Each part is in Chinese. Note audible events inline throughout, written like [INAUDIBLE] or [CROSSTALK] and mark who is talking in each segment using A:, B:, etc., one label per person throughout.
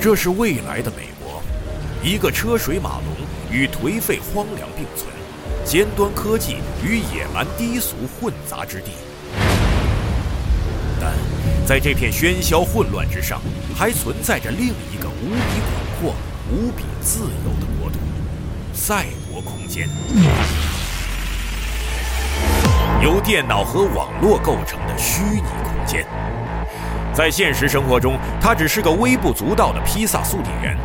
A: 这是未来的美国，一个车水马龙与颓废荒凉并存，尖端科技与野蛮低俗混杂之地。但在这片喧嚣混乱之上，还存在着另一个无比广阔、无比自由的国度——赛博空间。由电脑和网络构成的虚拟空间，在现实生活中，它只是个微不足道的披萨速递员；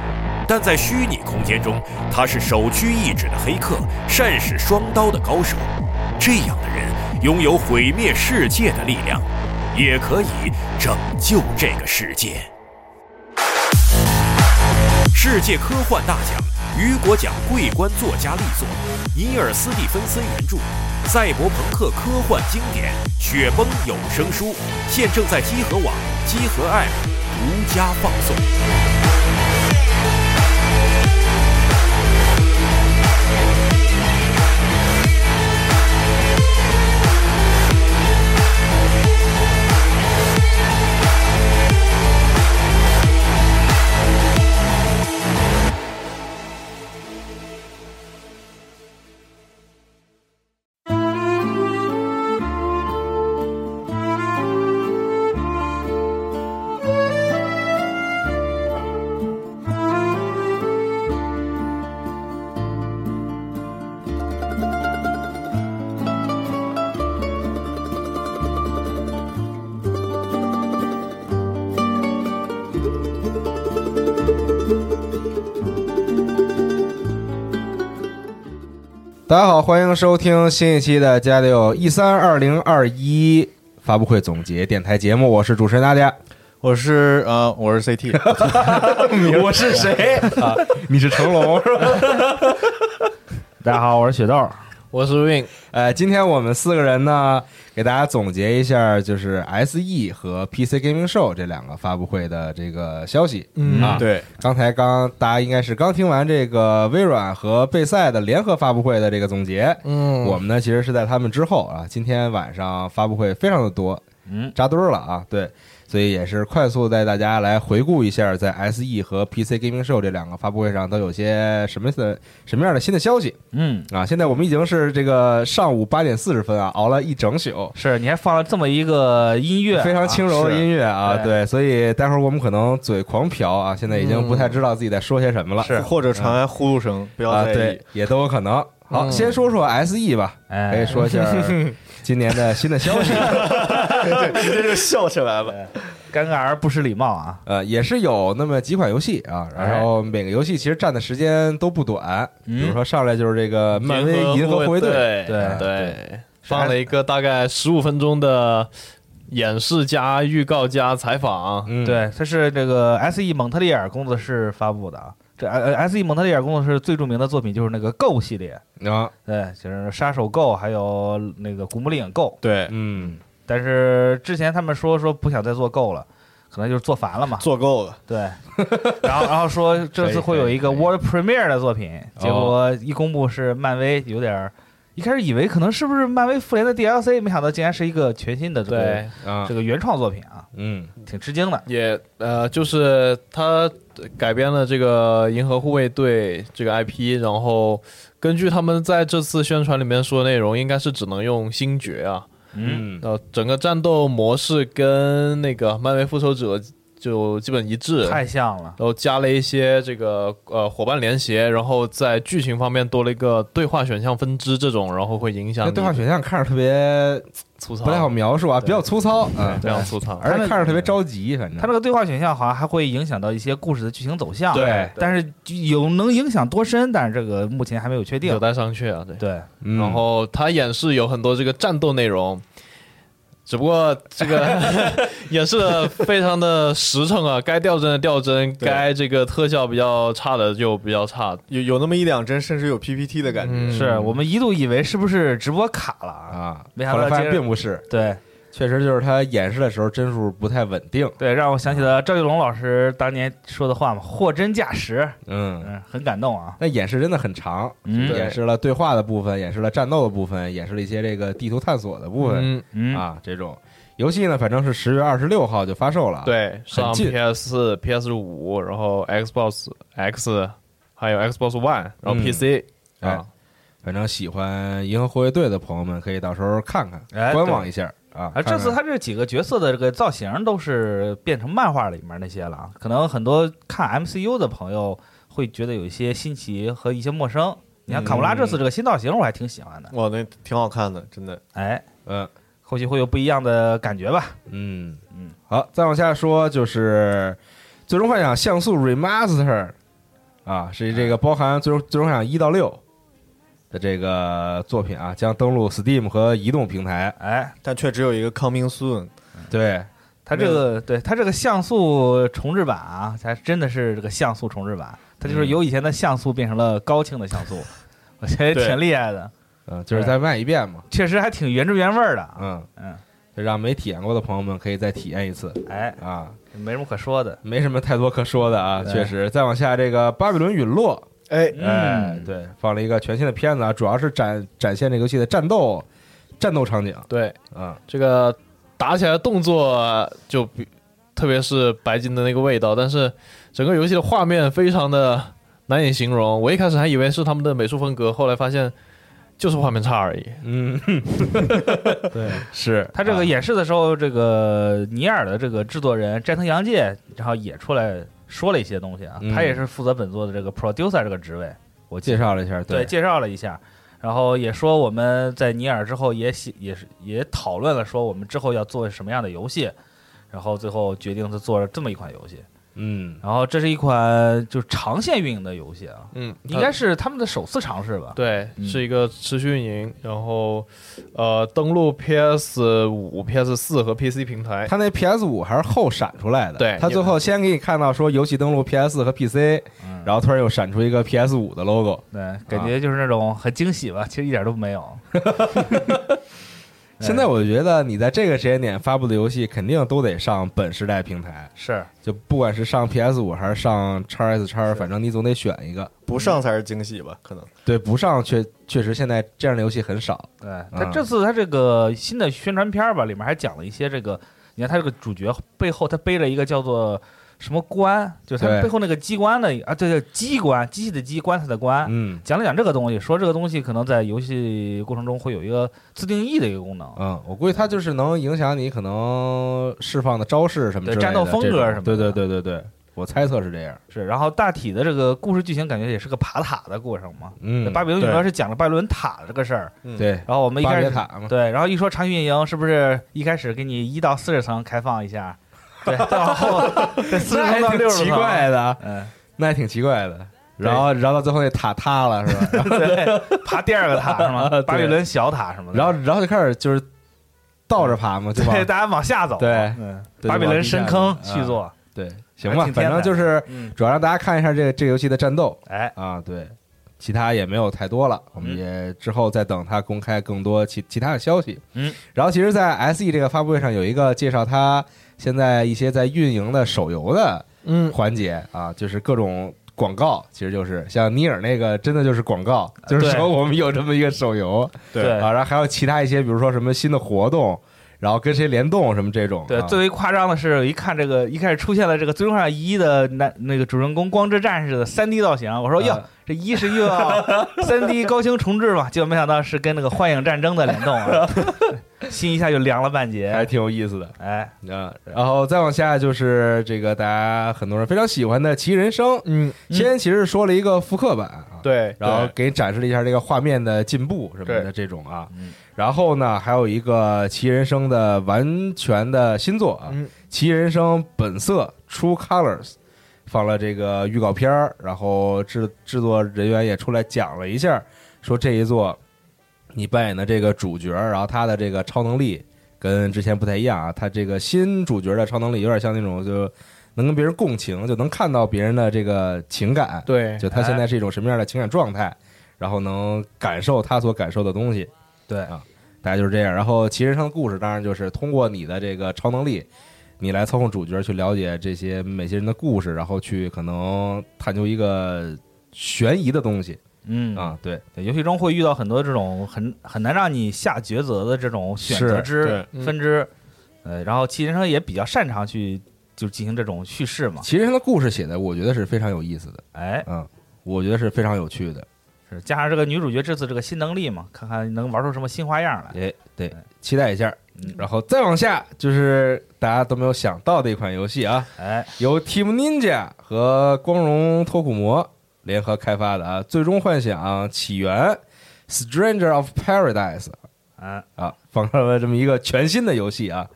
A: 但在虚拟空间中，他是首屈一指的黑客，善使双刀的高手。这样的人拥有毁灭世界的力量，也可以拯救这个世界。世界科幻大奖雨果奖桂冠作家力作，尼尔·斯蒂芬森原著，赛博朋克科幻经典《雪崩》有声书，现正在积禾网、积禾 App 独家放送。
B: 大家好，欢迎收听新一期的《加六一三二零二一》发布会总结电台节目，我是主持人大家。
C: 我是呃，我是 CT，
B: 我是谁？啊，你是成龙是吧？
D: 大家好，我是雪豆。
E: [LAUGHS] 我是 Win，
B: [LAUGHS] 呃，今天我们四个人呢，给大家总结一下，就是 SE 和 PC Gaming Show 这两个发布会的这个消息。
E: 嗯
B: 啊，
C: 对，
B: 刚才刚大家应该是刚听完这个微软和贝赛的联合发布会的这个总结。
E: 嗯
B: 我们呢其实是在他们之后啊，今天晚上发布会非常的多，
D: 嗯，
B: 扎堆儿了啊，对，所以也是快速带大家来回顾一下在 SE 和 PC Gaming Show 这两个发布会上都有些什么的什么样的新的消息
D: 嗯，
B: 啊。现在我们已经是这个上午八点四十分啊，熬了一整宿。
D: 是，你还放了这么一个音乐啊，
B: 非常轻
C: [LAUGHS]
B: 柔的
D: 是
B: 音乐啊，
D: 是
B: 对，所以待会儿我们可能嘴狂瓢啊，现在已经
E: 嗯
B: 不太知道自己在说些什么了，
C: 或者传来呼噜声，不要
B: 啊，
C: 在意
B: 对。，也都有可能。好，
E: 嗯
B: 先说说 SE 吧，
D: 哎
B: 可以说一下今年的新的消息。
C: 对，直接就笑起
D: [LAUGHS]
C: 来了。
D: 尴尬而不失礼貌啊。
B: 呃，也是有那么几款游戏啊，然后每个游戏其实占的时间都不短，
D: 嗯
B: 比如说上来就是这个漫威银河护卫队，
E: 对
D: 对
E: 对，放了一个大概十五分钟的演示加预告加采访，
B: 嗯，，
D: 对，它是这个 S.E. 蒙特利尔工作室发布的啊。这呃 S.E. 蒙特利尔工作室最著名的作品就是那个 Go 系列，
B: 啊，
D: 对，就是杀手 Go，还有那个古墓丽影 Go。
C: 对，
B: 嗯，
D: 但是之前他们说说不想再做 Go 了，可能就是做烦了嘛。
C: 做够了。
D: 对，然后然后说这次会有一个
B: 可以
D: World Premiere 的作品，结果一公布是漫威，有点儿一开始以为可能是不是漫威复联的 DLC，没想到竟然是一个全新的这个
E: 对，
B: 啊
D: 这，个原创作品啊，
B: 嗯，
D: 挺吃惊的。
E: 也呃，就是他改编了这个银河护卫队这个 IP，然后根据他们在这次宣传里面说的内容，应该是只能用星爵啊，
B: 嗯，
D: 嗯，
E: 呃，整个战斗模式跟那个漫威复仇者就基本一致，
D: 太像了。
E: 然后加了一些这个呃伙伴联携，然后在剧情方面多了一个对话选项分支这种，然后会影响
B: 那
E: 你
B: 对话选项看着特别
E: 粗糙，
B: 不太好描述啊，比较粗糙，嗯，
E: 非常粗糙。
B: 而
D: 他
B: 且
D: 们
B: 看着特别着急，反正
D: 它这个对话选项好像还会影响到一些故事的剧情走向，
E: 对对
D: 但是有能影响多深，但是这个目前还没有确定
E: 有。待商榷啊，对。
D: 对，
B: 嗯
C: 哦
E: 然后它演示有很多这个战斗内容，只不过这
B: [LAUGHS]
E: 个演示的非常的实诚啊，该掉帧的掉帧，
C: 对
E: 该这个特效比较差的就比较差。
C: 有有那么一两帧，甚至有 PPT 的感觉。
E: 嗯
D: 是我们一度以为是不是直播卡了啊？
B: 啊，
D: 没想
B: 后
D: 到
B: 来发
D: 接
B: 现
D: 着
B: 并不是，
D: 对，
B: 确实就是它演示的时候帧数不太稳定，
D: 对，让我想起了赵丽蓉老师当年说的话嘛，“货真价实”，
B: 嗯。
D: 嗯，很感动啊。
B: 那演示真的很长，
D: 嗯
B: 演示了对话的部分，演示了战斗的部分，演示了一些这个地图探索的部分，
E: 嗯，
D: 嗯，
B: 啊，这种游戏呢，反正是十月二十六号就发售
C: 啊
B: 了。，
E: 对，上
B: 近
E: PS 四、PS 五，然后 Xbox X，还有 Xbox One，然后
B: 嗯
E: PC、
B: 哎
E: 啊，
B: 反正喜欢《银河护卫队》的朋友们可以到时候看看，
D: 哎
B: 观望一下啊。
D: 啊，这次
B: 看
D: 他这几个角色的这个造型都是变成漫画里面那些了啊，可能很多看 MCU 的朋友会觉得有一些新奇和一些陌生。你看卡穆拉这次这个新造型，我还挺喜欢的，
C: 哇，那挺好看的，真的。
D: 哎，
B: 看嗯
D: 后期会有不一样的感觉吧？
B: 嗯
D: 嗯，
B: 好，再往下说就是《最终幻想像素 Remaster》啊，是这
D: 哎
B: 个包含最终《最终幻想一到六》的这个作品啊，将登陆 Steam 和移动平台。
D: 哎，
C: 但却只有一个 coming soon，
D: 嗯
B: 对，
D: 它这个对它这个像素重置版啊，它真的是这个像素重置版，它就是由以前的像素变成了高清的像素，我觉得
E: 对
D: 挺厉害的，
B: 嗯、就是再卖一遍嘛，
D: 确实还挺原汁原味儿的啊。
B: 嗯
D: 嗯，
B: 就让没体验过的朋友们可以再体验一次
D: 哎，
B: 啊，
D: 没什么可说的。
B: 没什么太多可说的啊，
D: 对嗯
B: 确实。再往下，这个《巴比伦陨落》
C: 哎，
B: 哎，对，放了一个全新的片子啊，主要是展展现这个游戏的战斗战斗场景
E: 对，
B: 啊，
E: 这个打起来的动作就比，特别是白金的那个味道，但是整个游戏的画面非常的难以形容。我一开始还以为是他们的美术风格，后来发现就是画面差而已。
B: 嗯，
D: 对，
B: 是
D: 他这个
B: 啊
D: 演示的时候，这个尼尔的这个制作人斋藤洋介，然后也出来说了一些东西啊。
B: 嗯
D: 他也是负责本作的这个 producer 这个职位，
B: 我 [LAUGHS] 介绍了一下，
D: 对，介绍了一下，然后也说我们在尼尔之后也写也是也讨论了，说我们之后要做什么样的游戏，然后最后决定是做了这么一款游戏。
B: 嗯，
D: 然后这是一款就是长线运营的游戏
B: 呃
D: 啊，
E: 嗯，
D: 应该是他们的首次尝试吧？
E: 对，
D: 嗯
E: 是一个持续运营，然后呃，登录 PS 五、PS 四和 PC 平台。
B: 他那 PS 五还是后闪出来的，
E: 对
B: 他最后先给你看到说游戏登录 PS 和 PC，
D: 嗯，
B: 然后突然又闪出一个 PS 五的 logo，
D: 对，感觉就是那种很惊喜吧，其实一点都没有。
B: 现在我觉得你在这个时间点发布的游戏，肯定都得上本时代平台，
D: 是
B: 就不管是上 PS 五还是上 x S x 反正你总得选一个。
C: 不上才是惊喜吧？可能
B: 对，不上确确实现在这样的游戏很少。
D: 对，哎他
B: 嗯
D: 这次他这个新的宣传片儿吧，里面还讲了一些这个，你看他这个主角背后他背了一个叫做什么官，就是他
B: 对
D: 背后那个机关的啊，对对，机关，机器的机，棺材的棺。
B: 嗯
D: 讲了讲这个东西，说这个东西可能在游戏过程中会有一个自定义的一个功能，
B: 嗯，我估计它就是能影响你可能释放的招式什么
D: 对
B: 之类的
D: 战斗风格
B: 这种
D: 什么的
B: 对对对对对，我猜测是这样。
D: 是。然后大体的这个故事剧情感觉也是个爬塔的过程嘛。
B: 嗯，
D: 巴比伦
C: 对
D: 主要是讲了巴比伦塔这个事儿，
B: 对
D: 然后我们一
B: 巴
D: 开
B: 别
D: 始
B: 塔嘛，
D: 对，然后一说长期运营，是不是一开始给你一到四十层开放一下？
B: [LAUGHS]
D: 对，再往后 [LAUGHS] 四十
B: 那
D: 层到
B: 还
D: 六
B: 挺
D: 十层，
B: 奇怪的啊，
D: 嗯， [LAUGHS]
B: 那还挺奇怪的。然后，然后到最后那塔塌了是
D: [LAUGHS]
B: 吧？
D: 对，爬第二个塔是吗？
B: 啊对
D: 巴比伦小塔什么的。
B: 然后，然后就开始就是倒着爬嘛，对吧？
D: 对，大家往下走。
B: 对
D: 嗯，
B: 对
D: 巴比伦深坑
B: 往地下走嗯
D: 续作。
B: 对，行
D: 还
B: 吧，
D: 挺
B: 反
D: 天
B: 正
D: 才
B: 就是
D: 嗯，
B: 主要让大家看一下这个这个游戏的战斗
D: 哎，
B: 啊，对，其他也没有太多了，我们
D: 嗯
B: 也之后再等它公开更多其其他的消息。
D: 嗯，
B: 然后其实，在 S E 这个发布会上有一个介绍它现在一些在运营的手游的
E: 嗯，
B: 环节啊，就是各种。广告其实就是像尼尔那个，真的就是广告，就是
D: 啊对
B: 说我们有这么一个手游，
C: 对
D: 对
B: 啊，然后还有其他一些，比如说什么新的活动，然后跟谁联动什么这种，
D: 对，
B: 啊
D: 最为夸张的是，一看这个一开始出现了这个《最终幻想一》的男那个主人公光之战士的三 D 造型，我说哟
B: 啊，
D: 这一是又要
B: [LAUGHS]
D: 三 D 高清重置嘛，结果没想到是跟那个《幻影战争》的联动
B: [LAUGHS]
D: 啊，心一下就凉了半
B: 还
D: 截。
B: 挺有意思的。
D: 哎，
B: 啊，然后再往下就是这个大家很多人非常喜欢的《奇异人生》，
E: 嗯，
B: 先其实说了一个复刻版啊，，
E: 对，
B: 然后
E: 对
B: 给你展示了一下这个画面的进步什么的这种啊
D: 嗯，
B: 然后呢还有一个《奇异人生》的完全的新作啊，
E: 嗯
B: 奇异人生本色 True Colors》放了这个预告片儿，然后制制作人员也出来讲了一下，说这一作你扮演的这个主角，然后他的这个超能力跟之前不太一样啊，他这个新主角的超能力有点像那种就能跟别人共情，就能看到别人的这个情感，
E: 对，
D: 哎
B: 就他现在是一种什么样的情感状态，然后能感受他所感受的东西。
D: 对
B: 啊，大家就是这样。然后其实上的故事当然就是通过你的这个超能力，你来操控主角去了解这些每些人的故事，然后去可能探究一个悬疑的东西
D: 嗯
B: 啊。对，
D: 对，游戏中会遇到很多这种很很难让你下抉择的这种选
B: 是
D: 择之
C: 对
E: 嗯
D: 分支，呃，然后齐先生也比较擅长去就进行这种叙事嘛，
B: 其实他的故事写的，我觉得是非常有意思的，
D: 哎，
B: 嗯，我觉得是非常有趣的。
D: 是加上这个女主角这次这个新能力嘛，看看能玩出什么新花样来。
B: 哎，对，期待一下
D: 嗯。
B: 然后再往下就是大家都没有想到的一款游戏啊，
D: 哎，
B: 由 Team Ninja 和光荣脱骨魔联合开发的啊，《最终幻想起源》（Stranger of Paradise）
D: 嗯，
B: 啊，放上了这么一个全新的游戏啊。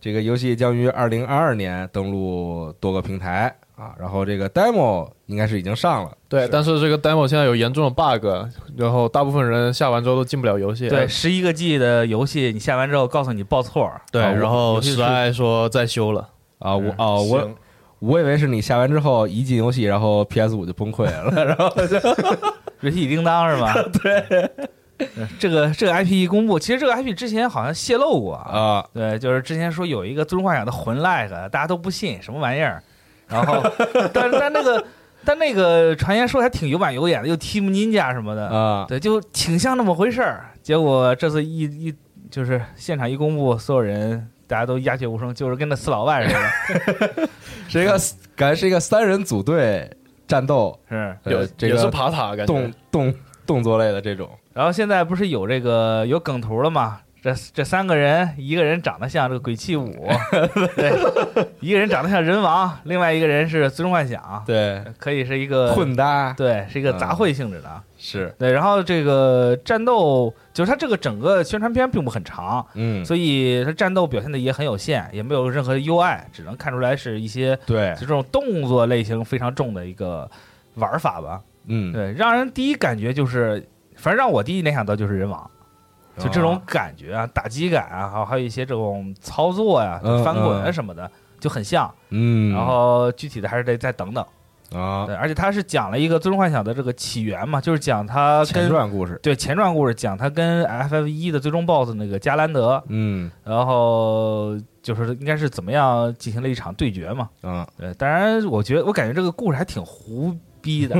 B: 这个游戏将于二零二二年登陆多个平台啊，然后这个 demo 应该是已经上了，
E: 对，但是这个 demo 现在有严重的 bug，然后大部分人下完之后都进不了游戏。哎
D: 对，呃十一个 G 的游戏，你下完之后告诉你报错儿，
E: 对，
B: 啊我
E: 然后
B: 尤其是
E: 史爱说再修了，
B: 啊，我哦我
C: 行
B: 我以为是你下完之后一进游戏，然后 PS 五就崩溃了，然后
D: 人体叮当是吧？对，这个这个 IP 一公布，其实这个 IP 之前好像泄露过啊。
B: 啊，
D: 对，就是之前说有一个《最终幻想》的魂 lag，大家都不信，什么玩意儿？然后，但但那个但那个传言说还挺有板有眼的，又 Team Ninja 什么的，
B: 啊，
D: 对，就挺像那么回事儿。结果这次一一就是现场一公布，所有人大家都鸦雀无声，就是跟那死老外似的，
B: 是一个感觉是一个三人组队战斗，
D: 是。
B: 呃
E: 有
B: 这
E: 也是
B: 个
E: 爬塔感觉
B: 动。动动作类的这种
D: 然后现在不是有这个有梗图了吗？这这三个人，一个人长得像这个鬼泣五，对，一个人长得像人王，另外一个人是最终幻想，
B: 对
D: 可以是一个
B: 混搭
D: 对，是一个杂
B: 嗯
D: 烩性质的。啊。
B: 是
D: 对，然后这个战斗，就是它这个整个宣传片并不很长，
B: 嗯
D: 所以它战斗表现的也很有限，也没有任何 UI，只能看出来是一些
B: 对
D: 就这种动作类型非常重的一个玩法吧。
B: 嗯
D: 对，让人第一感觉就是，反正让我第一联想到就是人王。
B: 啊
D: 就这种感觉啊，打击感啊，还有还有一些这种操作呀、
B: 嗯
D: 翻滚啊
B: 嗯
D: 什么的，就很像。
B: 嗯
D: 然后具体的还是得再等等。
B: 啊
D: 对，而且它是讲了一个《最终幻想》的这个起源嘛，就是讲它
B: 前
D: 跟
B: 传故事
D: 对前传故事，讲他跟 FF 一的最终 BOSS 那个加兰德，
B: 嗯
D: 然后就是应该是怎么样进行了一场对决嘛。
B: 啊
D: 对，当然我觉得我感觉这个故事还挺胡逼
B: [LAUGHS]
D: 的，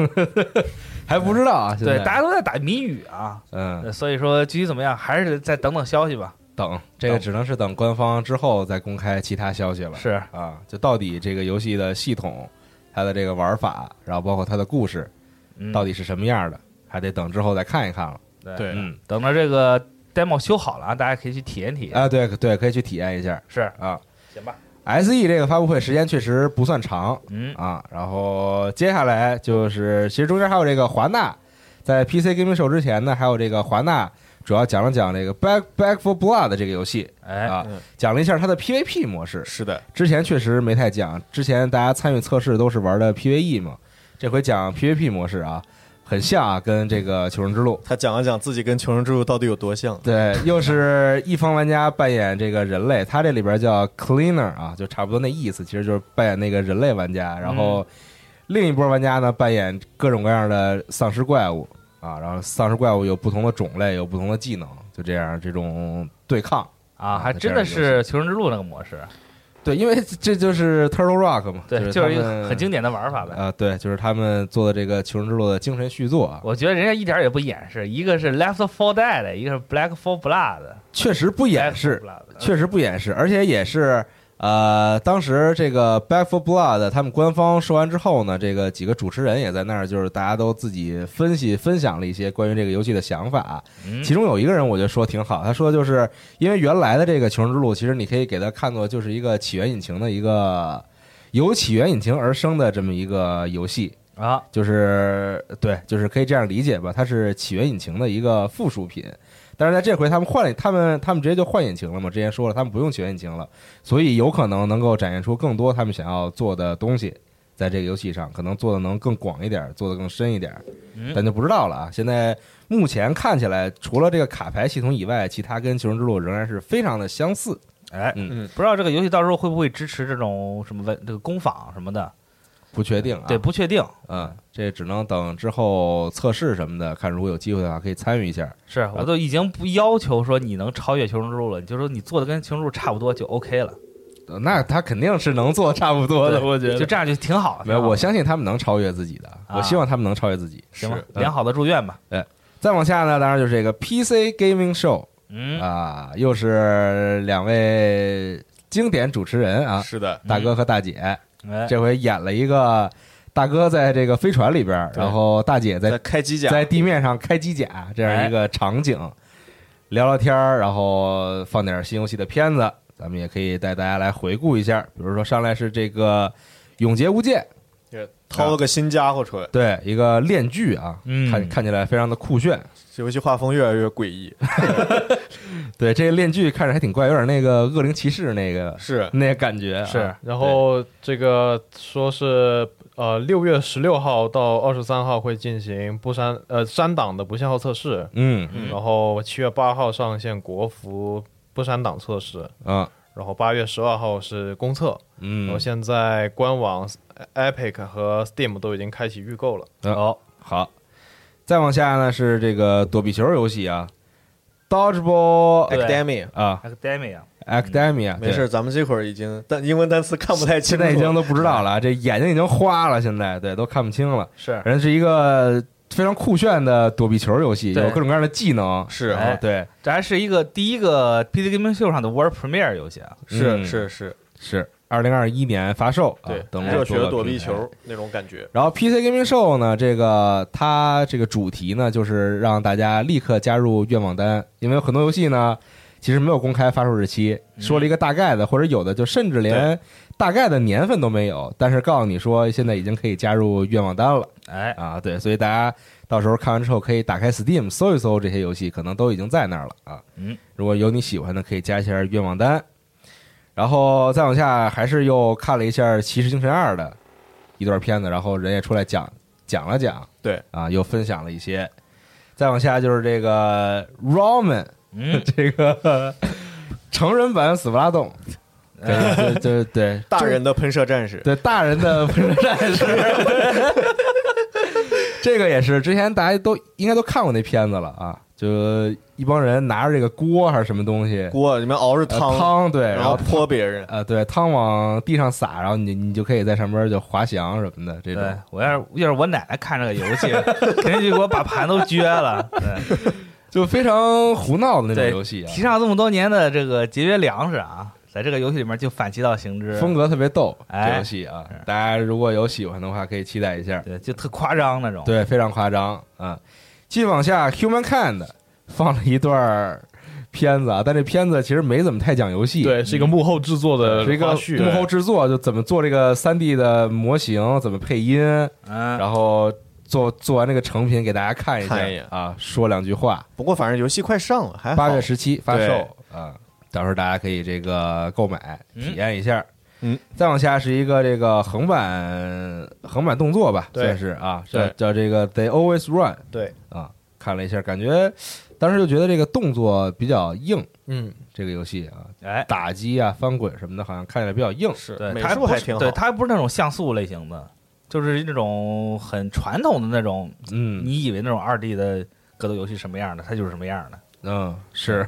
B: 还不知道啊现
D: 对，
B: 在
D: 大家都在打谜语啊，
B: 嗯
D: 呃所以说具体怎么样还是得再等等消息吧。
B: 等这个只能是等官方之后再公开其他消息了
D: 是，
B: 啊就到底这个游戏的系统它的这个玩法然后包括它的故事
D: 嗯、
B: 到底是什么样的还得等之后再看一看了
D: 对，
E: 对
B: 嗯
D: 等到这个 demo 修好了啊，大家可以去体验体验。
B: 啊对对可以去体验一下
D: 是，
B: 啊
D: 行吧，
B: S E 这个发布会时间确实不算长
D: 嗯，
B: 啊，然后接下来就是，其实中间还有这个华纳，在 PC Gaming Show 之前呢，还有这个华纳主要讲了讲这个 Back Back for Blood 这个游戏
D: 哎，
B: 啊
C: 嗯，
B: 讲了一下它的 PVP 模式。
C: 是的，
B: 之前确实没太讲，之前大家参与测试都是玩的 PVE 嘛，这回讲 PVP 模式啊，很像啊，跟这个《求生之路》
C: 他讲了讲自己跟《求生之路》到底有多像。
B: 对，又是一方玩家扮演这个人类，他这里边叫 cleaner 啊，就差不多那意思，其实就是扮演那个人类玩家，然
D: 嗯
B: 后另一波玩家呢扮演各种各样的丧尸怪物啊，然后丧尸怪物有不同的种类，有不同的技能，就这样这种对抗。
D: 啊，
B: 啊
D: 还
B: 那
D: 真
B: 这
D: 的
B: 样就是
D: 《求生之路》那个模式，
B: 对，因为这就是 Turtle Rock 嘛，
D: 对，
B: 就
D: 就是一
B: 他
D: 个
B: 们
D: 很经典的玩法呗。
B: 啊、对，就是他们做的这个《求生之路》的精神续作啊，
D: 我觉得人家一点儿也不掩饰，一个是 Left for Dead，一个是 Black for Blood，
B: 确实不掩饰
D: Left，for Blood
B: 确实不掩饰，而且也是呃，当时这个 Back for Blood 他们官方说完之后呢，这个几个主持人也在那儿，就是大家都自己分析分享了一些关于这个游戏的想法。
D: 嗯
B: 其中有一个人我觉得说挺好，他说就是因为原来的这个《求生之路》，其实你可以给它看作就是一个起源引擎的一个由起源引擎而生的这么一个游戏。
D: 啊，
B: 就是对，就是可以这样理解吧，它是起源引擎的一个附属品。但是在这回他们换了，他们他们直接就换引擎了嘛，之前说了他们不用起源引擎了，所以有可能能够展现出更多他们想要做的东西，在这个游戏上可能做的能更广一点，做的更深一点，
D: 嗯
B: 但就不知道了啊。现在目前看起来，除了这个卡牌系统以外，其他跟《求生之路》仍然是非常的相似。
D: 哎，
B: 嗯，
D: 不知道这个游戏到时候会不会支持这种什么文这个工坊什么的？
B: 不确定啊，
D: 对，不确定。
B: 嗯，这只能等之后测试什么的，看如果有机会的话可以参与一下。
D: 是我啊都已经不要求说你能超越《求生之路》了，你就说你做的跟《求生之路》差不多就 OK 了，
B: 呃那他肯定是能做差不多的，我觉
D: 就。这样就啊挺好。
B: 没有，
D: 挺好
B: 我相信他们能超越自己的，
D: 啊
B: 我希望他们能超越自己。
D: 行吧，
B: 嗯
D: 良好的祝愿吧。
B: 再往下呢，当然就是啊这个 PC Gaming Show
D: 嗯，
B: 啊、又是两位经典主持人啊，
C: 是的，
B: 大哥和大姐，
D: 哎，
B: 这回演了一个大哥在这个飞船里边儿，
C: 对
B: 然后大姐在
C: 在开机甲，
B: 哎在地面上开机甲这样一个场景，聊聊天儿，然后放点新游戏的片子，咱们也可以带大家来回顾一下。比如说上来是这个《永劫无间》，
C: 也掏了个新家伙出来，
B: 对，一个链锯啊，
D: 嗯
B: 看看起来非常的酷炫。
C: 这游戏画风越来越诡
E: [LAUGHS]
C: 异，
B: 对，这个链锯看着还挺怪，有点那个恶灵骑士那个
C: 是
B: 那个感觉、啊。
D: 是，
E: 然后这个说是呃六月十六号到二十三号会进行不删呃删档的不限号测试，
B: 嗯
C: 嗯
E: 然后七月八号上线国服不删档测试，
B: 啊，
E: 然后八月十二号是公测，然
B: 嗯
E: 后，现在官网、Epic 和 Steam 都已经开启预购了。
B: 好，好。再往下呢是这个躲避球游戏啊，Dodgeball
D: 对
C: academy。
B: 啊
D: academia，
B: ，Academia，
C: 没
B: 对
C: 事，咱们这会儿已经但英文单词看不太
B: 现
C: 清楚，
B: 在已经都不知道了啊，这眼睛已经花了，现在对都看不清了。
D: 是
B: 人是一个非常酷炫的躲避球游戏，有
D: 对
B: 各种各样的技能。
C: 是
B: 然后
D: 哎
B: 对，
D: 这还是一个第一个 PC Gaming Show 上的 World Premiere 游戏啊，
B: 嗯
C: 是是是，
B: 是二零二一年发售，啊
C: 对，
B: 登陆
C: 热
B: 多
C: 血
B: 个
C: 躲避
B: 平台
C: 球那种感觉，
B: 然后 PC Gaming Show 呢，这个它这个主题呢，就是让大家立刻加入愿望单，因为有很多游戏呢，其实没有公开发售日期，
C: 嗯
B: 说了一个大概的，或者有的就甚至连大概的年份都没有，但是告诉你说现在已经可以加入愿望单了
D: 哎，
B: 啊，对，所以大家到时候看完之后可以打开 Steam 搜一搜这些游戏，可能都已经在那儿了啊。
D: 嗯，
B: 如果有你喜欢的，可以加一下愿望单。然后再往下，还是又看了一下《骑士精神二》的一段片子，然后人也出来讲讲了讲，
C: 对
B: 啊，又分享了一些。再往下就是这个 Roman [LAUGHS]
D: 嗯，
B: 这个成人版死不拉
D: [LAUGHS]
B: 动，对对对对，
C: 大人的喷射战士，
B: [LAUGHS] 对大人的不是战士， [LAUGHS] 这个也是之前大家都应该都看过那片子了啊，就一帮人拿着这个锅还是什么东西，
C: 锅里面熬着
B: 呃
C: 汤，
B: 汤对，然
C: 然后
B: 后
C: 泼别人，
B: 呃对汤往地上撒，然后你你就可以在上面就滑翔什么的这
D: 对
B: 种。
D: 我要是要是我奶奶看这个游戏，肯定就给我把盘都撅了。对，
B: 就非常胡闹的那种
D: 对
B: 游戏啊，
D: 提倡这么多年的这个节约粮食啊，在这个游戏里面就反其道行之，
B: 风格特别逗，这
D: 哎
B: 游戏啊
D: 是，
B: 大家如果有喜欢的话可以期待一下，
D: 对，就特夸张那种。，
B: 对，非常夸张啊。继往下，Humankind 放了一段儿片子啊，但这片子其实没怎么太讲游戏，
C: 嗯
E: 对，是一个幕后制作的
C: 呃
B: 是一个
E: 花絮
B: 幕后制作，就怎么做这个三 D 的模型，怎么配音，
D: 嗯，
B: 然后做做完这个成品给大家看一下
C: 看一眼
B: 啊，说两句话。
C: 不过反正游戏快上了，还好
B: 八月十七发
C: 对
B: 售啊，到时候大家可以这个购买
D: 嗯
B: 体验一下。
C: 嗯，
B: 再往下是一个这个横版横版动作吧，
E: 对
B: 算是啊，叫
E: 对
B: 叫这个 They Always Run。
E: 对
B: 啊，看了一下，感觉当时就觉得这个动作比较硬，
E: 嗯，
B: 这个游戏啊，
D: 哎，
B: 打击啊、翻滚什么的，好像看起来比较硬。
C: 是
D: 对，
C: 美
D: 它
C: 术
D: 不
C: 还
D: 是
C: 挺好
D: 对，，它不是那种像素类型的，就是那种很传统的那种，
B: 嗯
D: 你以为那种二 D 的格斗游戏什么样的，它就是什么样的。
B: 嗯，是。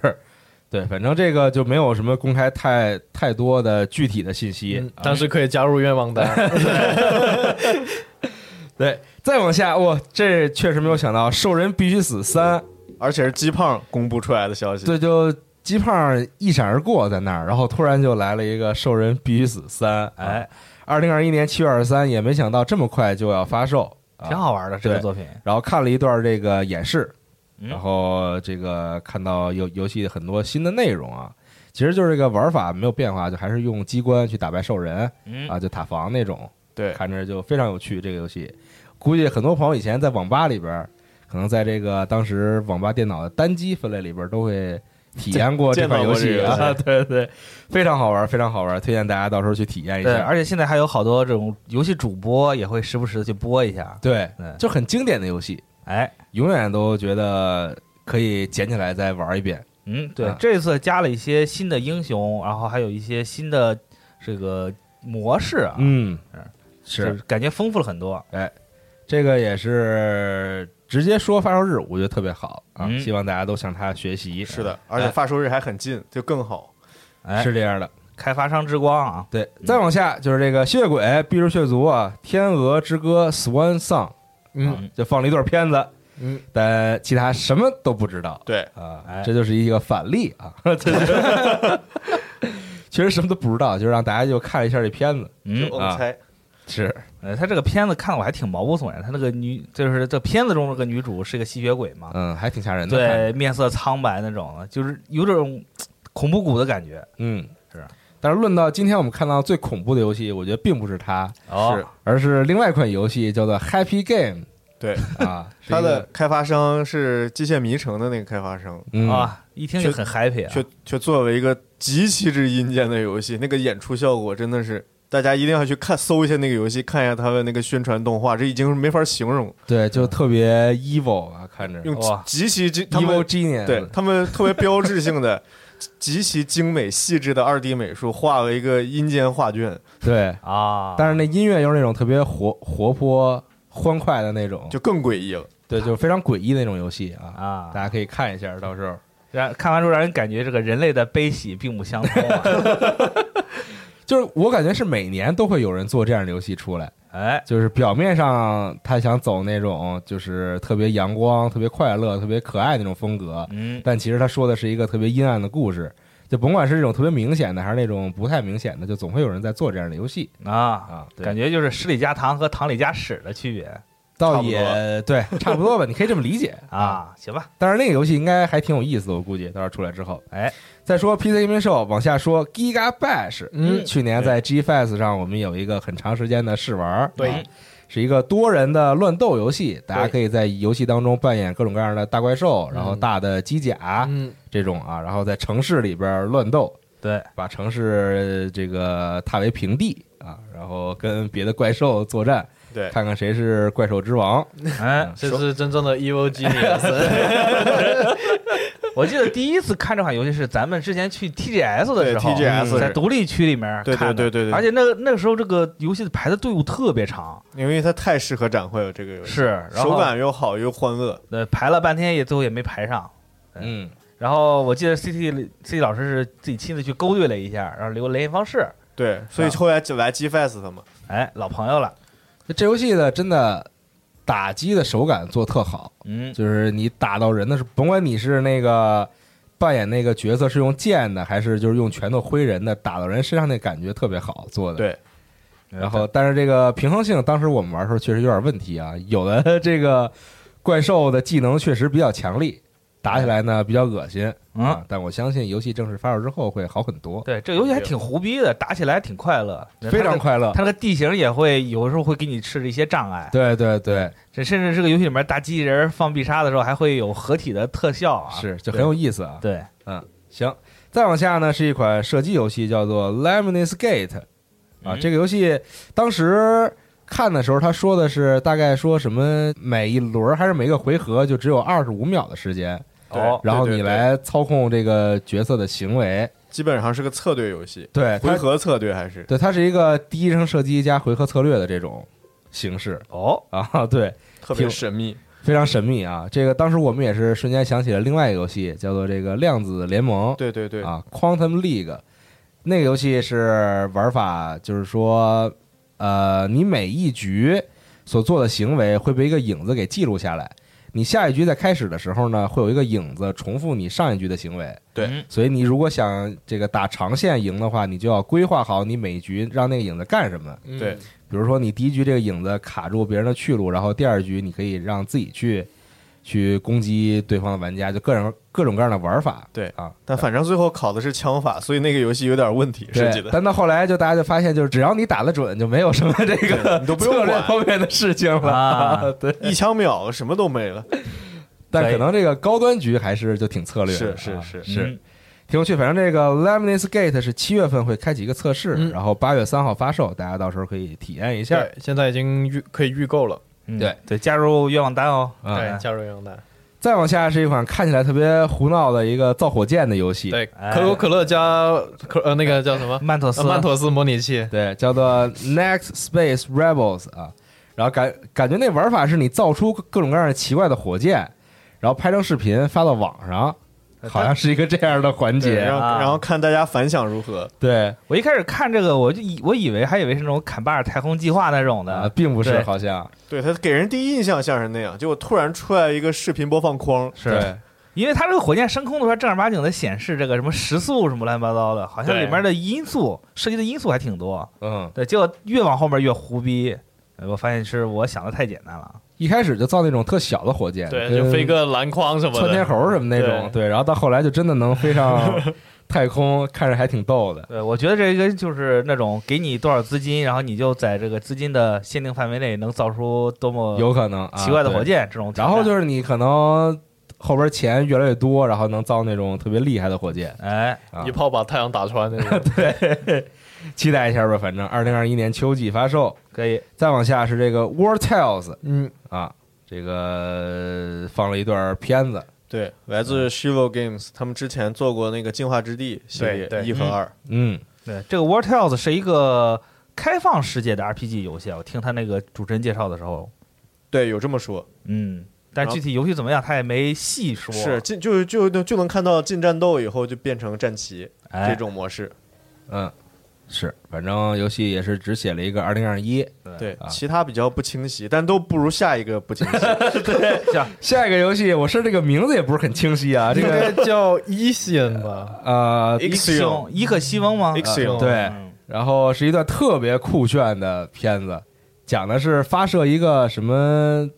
B: 对，反正这个就没有什么公开太太多的具体的信息。
E: 嗯
B: 啊
E: 但是可以加入愿望单，
B: [LAUGHS] 对，再往下，哇，这确实没有想到，《兽人必须死三》
C: [LAUGHS] 而且是鸡胖公布出来的消息，
B: 对，就鸡胖一闪而过在那儿，然后突然就来了一个《兽人必须死三》。
D: 哎，，
B: 二零二一年七月二十三，也没想到这么快就要发售，啊
D: 挺好玩的这个
B: 对
D: 作品。
B: 然后看了一段这个演示，
D: 嗯
B: 然后这个看到游游戏很多新的内容啊，其实就是这个玩法没有变化，就还是用机关去打败兽人
D: 嗯，
B: 啊，就塔防那种，
C: 对，
B: 看着就非常有趣。这个游戏，估计很多朋友以前在网吧里边儿，可能在这个当时网吧电脑的单机分类里边儿都会体验过这
C: 见
B: 款
C: 见
B: 游
C: 到过
B: 戏
C: 这个
B: 啊，对对，非常好玩，非常好玩，推荐大家到时候去体验一
D: 对，
B: 下。
D: 而且现在还有好多这种游戏主播也会时不时的去播一下。
B: 对
D: 对，
B: 就很经典的游戏，
D: 哎，
B: 永远都觉得可以捡起来再玩一遍。
D: 嗯，对
B: 啊，
D: 这次加了一些新的英雄，然后还有一些新的这个模式啊，
B: 嗯
D: 嗯，就是是感觉丰富了很多。
B: 这个也是直接说发售日，我觉得特别好啊，
D: 嗯
B: 希望大家都向他学习。
C: 是
E: 哎
C: 的，而且发售日还很近，就更好。
D: 哎，
B: 是这样的。
D: 开发商之光啊，
B: 对，再往下就是这个吸血鬼、碧日血族啊，《天鹅之歌》Swan Song，
E: 嗯，
B: 啊就放了一段片子，
E: 嗯，
B: 但其他什么都不知道
C: 对，
B: 啊
D: 嗯哎，
B: [LAUGHS] 这就是一个反例啊。这是其实什么都不知道，就让大家就看了一下这片子，
D: 嗯，
C: 我
E: 啊
C: 们猜，
B: 是
D: 呃，他这个片子看的我还挺毛骨悚然。他那个女就是这片子中这个女主是个吸血鬼嘛，
B: 嗯，还挺吓人的。看着，
D: 对，面色苍白那种的，就是有种恐怖谷的感觉。
B: 嗯
D: 是。
B: 但是论到今天我们看到最恐怖的游戏，我觉得并不是它，
D: 哦，
B: 而是另外一款游戏叫做 Happy Game
C: 对，
B: 啊，是
C: 它
B: 一个
C: 的开发商是《机械迷城》的那个开发商，
B: 嗯
D: 啊，一听就很 happy 啊。
C: 却却做了一个极其之阴间的游戏，那个演出效果真的是。大家一定要去看，搜一下那个游戏，看一下它的那个宣传动画，这已经没法形容，
B: 对，就特别 evil 啊，看着
C: 用极
D: 哇
C: 极其之他
B: evil
C: 们
B: genius，
C: 对他们特别标志性的、 [LAUGHS] 极其精美细致的二 D 美术画了一个阴间画卷，
B: 对，
D: 啊，
B: 但是那音乐又是那种特别活活泼、欢快的那种，
C: 就更诡异了。
B: 对，就是非常诡异的那种游戏啊，
D: 啊
B: 大，家可以看一下，到时候
D: 让看完之后让人感觉这个人类的悲喜并不相通 [LAUGHS] 啊。
B: 就是我感觉是每年都会有人做这样的游戏出来，
D: 哎，
B: 就是表面上他想走那种就是特别阳光、特别快乐、特别可爱那种风格，
D: 嗯，
B: 但其实他说的是一个特别阴暗的故事。就甭管是这种特别明显的，还是那种不太明显的，就总会有人在做这样的游戏
D: 啊，
B: 啊。
D: 感觉就是十里加糖和糖里加屎的区别
B: 倒也对，差不多吧，你可以这么理解。
D: 啊。行吧，
B: 但是那个游戏应该还挺有意思的，我估计到时候出来之后，
D: 哎，
B: 再说 PC Gaming Show 往下说，Giga Bash，
E: 嗯
B: 去年在 G Fest 上我们有一个很长时间的试玩，
E: 对
B: 啊是一个多人的乱斗游戏，大家可以在游戏当中扮演各种各样的大怪兽，然后大的机甲
E: 嗯，
B: 这种啊，然后在城市里边乱斗，
D: 对，
B: 把城市这个踏为平地啊，然后跟别的怪兽作战，
C: 对，
B: 看看谁是怪兽之王。
D: 哎，
E: 这是真正的 evil genius，
D: 我记得第一次看这款游戏是咱们之前去 TGS 的
C: 对
D: 时候嗯
C: TGS
D: 在
C: 是
D: 独立区里面看
C: 对
D: 的
C: 对对对对
D: 而且那个那个时候这个游戏排的队伍特别长，
C: 因为它太适合展会了，这个游戏
D: 是然后
C: 手感又好又欢乐。
D: 呃排了半天也最后也没排上。
B: 嗯，
D: 然后我记得 CT 里 CT 老师是自己亲自去勾兑了一下，然后留联系方式，
C: 对，所以
D: 啊
C: 后来就来 G Fest 他们，
D: 哎，老朋友了，
B: 这游戏呢，真的打击的手感做特好。
D: 嗯，
B: 就是你打到人的时候，甭管你是那个扮演那个角色是用剑的，还是就是用拳头挥人的，打到人身上那感觉特别好做的。
C: 对
B: 然后，但是这个平衡性，当时我们玩的时候确实有点问题啊。有的这个怪兽的技能确实比较强力，打起来呢比较恶心
D: 嗯
B: 啊。但我相信游戏正式发售之后会好很多，
D: 对，这游戏还挺胡逼的，打起来还挺快乐，
B: 非常快乐
D: 它。那个。它那个地形也会有的时候会给你设置一些障碍，
B: 对对对，
D: 这甚至这个游戏里面打机器人放必杀的时候还会有合体的特效啊，
B: 是就很有意思啊。
D: 对，
B: 行，再往下呢是一款射击游戏，叫做《Lemon's Gate》啊。
D: 嗯
B: 这个游戏当时看的时候，他说的是大概说什么每一轮还是每个回合就只有二十五秒的时间，
C: 对
D: 哦
B: 然后
C: 对对
B: 你
C: 对
B: 来操控这个角色的行为。
C: 基本上是个策略游戏，
B: 对，
C: 回
B: 它
C: 合策略还是
B: 对它是一个第一人称射击加回合策略的这种形式
D: 哦，
B: 啊。对，
C: 特别
B: 挺
C: 神秘。
B: 非常神秘啊。这个当时我们也是瞬间想起了另外一个游戏，叫做这个《量子联盟》。
C: 对对对，
B: 啊，Quantum League 那个游戏是玩法，就是说，呃，你每一局所做的行为会被一个影子给记录下来。你下一局在开始的时候呢，会有一个影子重复你上一局的行为，
C: 对
D: 嗯
B: 所以你如果想这个打长线赢的话，你就要规划好你每一局让那个影子干什么。
E: 嗯
C: 对，
B: 比如说，你第一局这个影子卡住别人的去路，然后第二局你可以让自己去去攻击对方的玩家，就各种各种各样的玩法。
C: 对
B: 啊，
C: 但反正最后考的是枪法，所以那个游戏有点问题
B: 对，
C: 设计的。
B: 但到后来就大家就发现，就是只要你打得准，就没有什么这个
C: 对你都不用
B: 策略
C: 管
B: 方面的事情了。
D: 啊
B: [LAUGHS] 对，
C: 一枪秒了，什么都没了。
B: 但
D: 可以
B: 可能这个高端局还是就挺策略的
C: 是
B: 啊，
C: 是是
B: 是
D: 嗯
B: 挺有趣。反正这个 Lemon's Gate 是七月份会开启一个测试，
E: 嗯
B: 然后八月三号发售，大家到时候可以体验一下。
E: 对，现在已经预可以预购了，
D: 嗯
B: 对
D: 对，加入愿望单哦，
B: 啊
E: 对，
D: 哎
E: 加入元旦，
B: 再往下是一款看起来特别胡闹的一个造火箭的游戏，
E: [LAUGHS] 对，
D: 哎
E: 可口可乐加可呃那个叫什么？
D: 曼妥斯，
E: 呃曼妥斯模拟器，
B: 对，叫做 Next Space Rebels 啊。然后感感觉那玩法是你造出各种各样的奇怪的火箭，然后拍成视频发到网上，好像是一个这样的环
C: 对
B: 节
C: 然。后
D: 啊
C: 然后看大家反响如何。
B: 对
D: 我一开始看这个，我就以我以为还以为是那种坎巴尔太空计划那种
B: 啊，
D: 的，
B: 并不是
D: 对
B: 好像
C: 对他给人第一印象像是那样，结果突然出来一个视频播放框，
B: 对，
D: 因为它这个火箭升空的时候，正儿八经的显示这个什么时速什么乱七八糟的，好像
E: 对
D: 里面的因素涉及的因素还挺多。
B: 嗯，
D: 对，结果越往后面越胡逼，呃我发现是我想的太简单了。
B: 一开始就造那种特小的火箭，
E: 对，
B: 跟
E: 就飞个篮筐什么
B: 窜天
E: 的，
B: 猴什么那种，对，然后到后来就真的能飞上太空，看着还挺逗的。
D: 对，我觉得这个就是那种给你多少资金，然后你就在这个资金的限定范围内能造出多么
B: 有可能、啊、
D: 嗯奇怪的
B: 对
D: 火箭这种挑战。
B: 然后就是你可能后边钱越来越多，然后能造那种特别厉害的火箭，
D: 哎，
B: 啊
E: 一炮把太阳打穿那种。
B: 期待一下吧。反正二零二一年秋季发售，
D: 可以，
B: 再往下是这个 War Tales
E: 嗯，
B: 啊，这个放了一段片子，
C: [LAUGHS] 对，来自 Shivo Games，他们之前做过那个《进化之地》系列
E: 对对
C: 一和二，
B: 嗯，
D: 对，这个 War Tales 是一个开放世界的 RPG 游戏啊。我听他那个主持人介绍的时候，
C: 对，有这么说，
D: 嗯，但
C: 然后
D: 具体游戏怎么样，他也没细说。
C: 是，进就就就就能看到进战斗以后就变成战旗
D: 哎，
C: 这种模式。
B: 嗯，是，反正游戏也是只写了一个二零二一。
C: 对
B: 啊，
C: 其他比较不清晰，但都不如下一个不清晰。
B: 下一个游戏，我是这个名字也不是很清晰 [LAUGHS] 啊，这
E: 应
B: 个
E: 该叫一线
B: [LAUGHS]
E: 吧？
B: 呃，
D: 伊克西
C: Ixion
D: 翁，伊克西翁吗？
C: Ixion
B: 对
D: 嗯
B: 然后是一段特别酷炫的片子，讲的是发射一个什么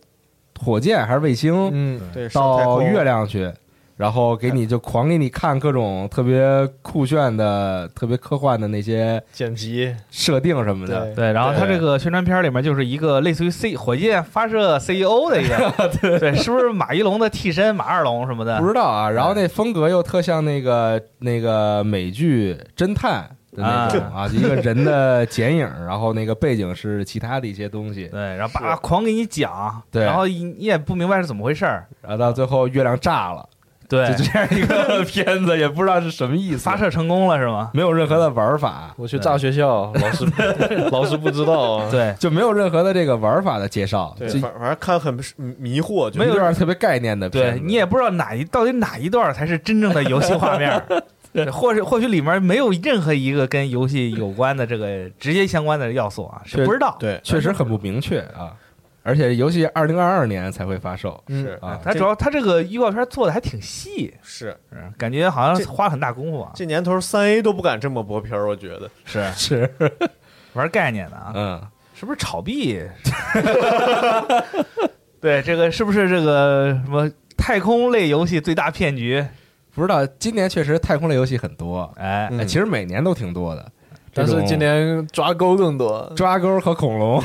B: 火箭还是卫星
E: [LAUGHS] 嗯，
C: 对，上太
B: 到
C: 空
B: 月亮去，然后给你就狂给你看各种特别酷炫的、特别科幻的那些
E: 剪辑
B: 设定什么的。
E: 对，
D: 对，然后他这个宣传片里面就是一个类似于 C 火箭发射 CEO 的
B: [LAUGHS]
D: 一个，对，是不是马一龙的替身马二龙什么的
B: 不？知道啊，然后那风格又特像那个那个美剧侦探的那种啊，一个人的剪影，然后那个背景是其他的一些东西，
D: 对，然后叭狂给你讲，
B: 对
D: 然后你你也不明白是怎么回事儿，
B: 然后到最后月亮炸了，
D: 对
B: 就， [LAUGHS] 这样一个 [LAUGHS] 片子，也不知道是什么意思，
D: 发射成功了是吗？
B: 没有任何的玩法，
E: 我去炸学校，老师 [LAUGHS] 老师不知道啊。
D: 对，
B: 就没有任何的这个玩法的介绍，
C: 对
B: 就，
C: 反反正看很迷惑，就
B: 一段特别概念的片
D: 对
B: 子
D: 你也不知道哪一到底哪一段才是真正的游戏
B: [LAUGHS]
D: 画面儿，对或是或许里面没有任何一个跟游戏有关的这个直接相关的要素啊，是
B: 对
D: 不知道。
C: 对，
B: 确实很不明确啊，而且游戏二零二二年才会发售
E: 嗯
C: 是
B: 啊，
D: 它主要它这个预告片做的还挺细，
C: 是，
D: 嗯感觉好像
C: 这
D: 花了很大功夫啊。
C: 这年头三 A 都不敢这么播片儿，我觉得
D: 是
B: 是
D: [LAUGHS] 玩概念的啊，
B: 嗯，
D: 是不是炒币？ [LAUGHS] 对，这个是不是这个什么太空类游戏最大骗局？
B: 不知道今年确实太空类游戏很多，
D: 哎，
B: 哎，其实每年都挺多的，
E: 但
B: 这
E: 是
B: 种
E: 今年抓钩更多，
B: 抓钩和恐龙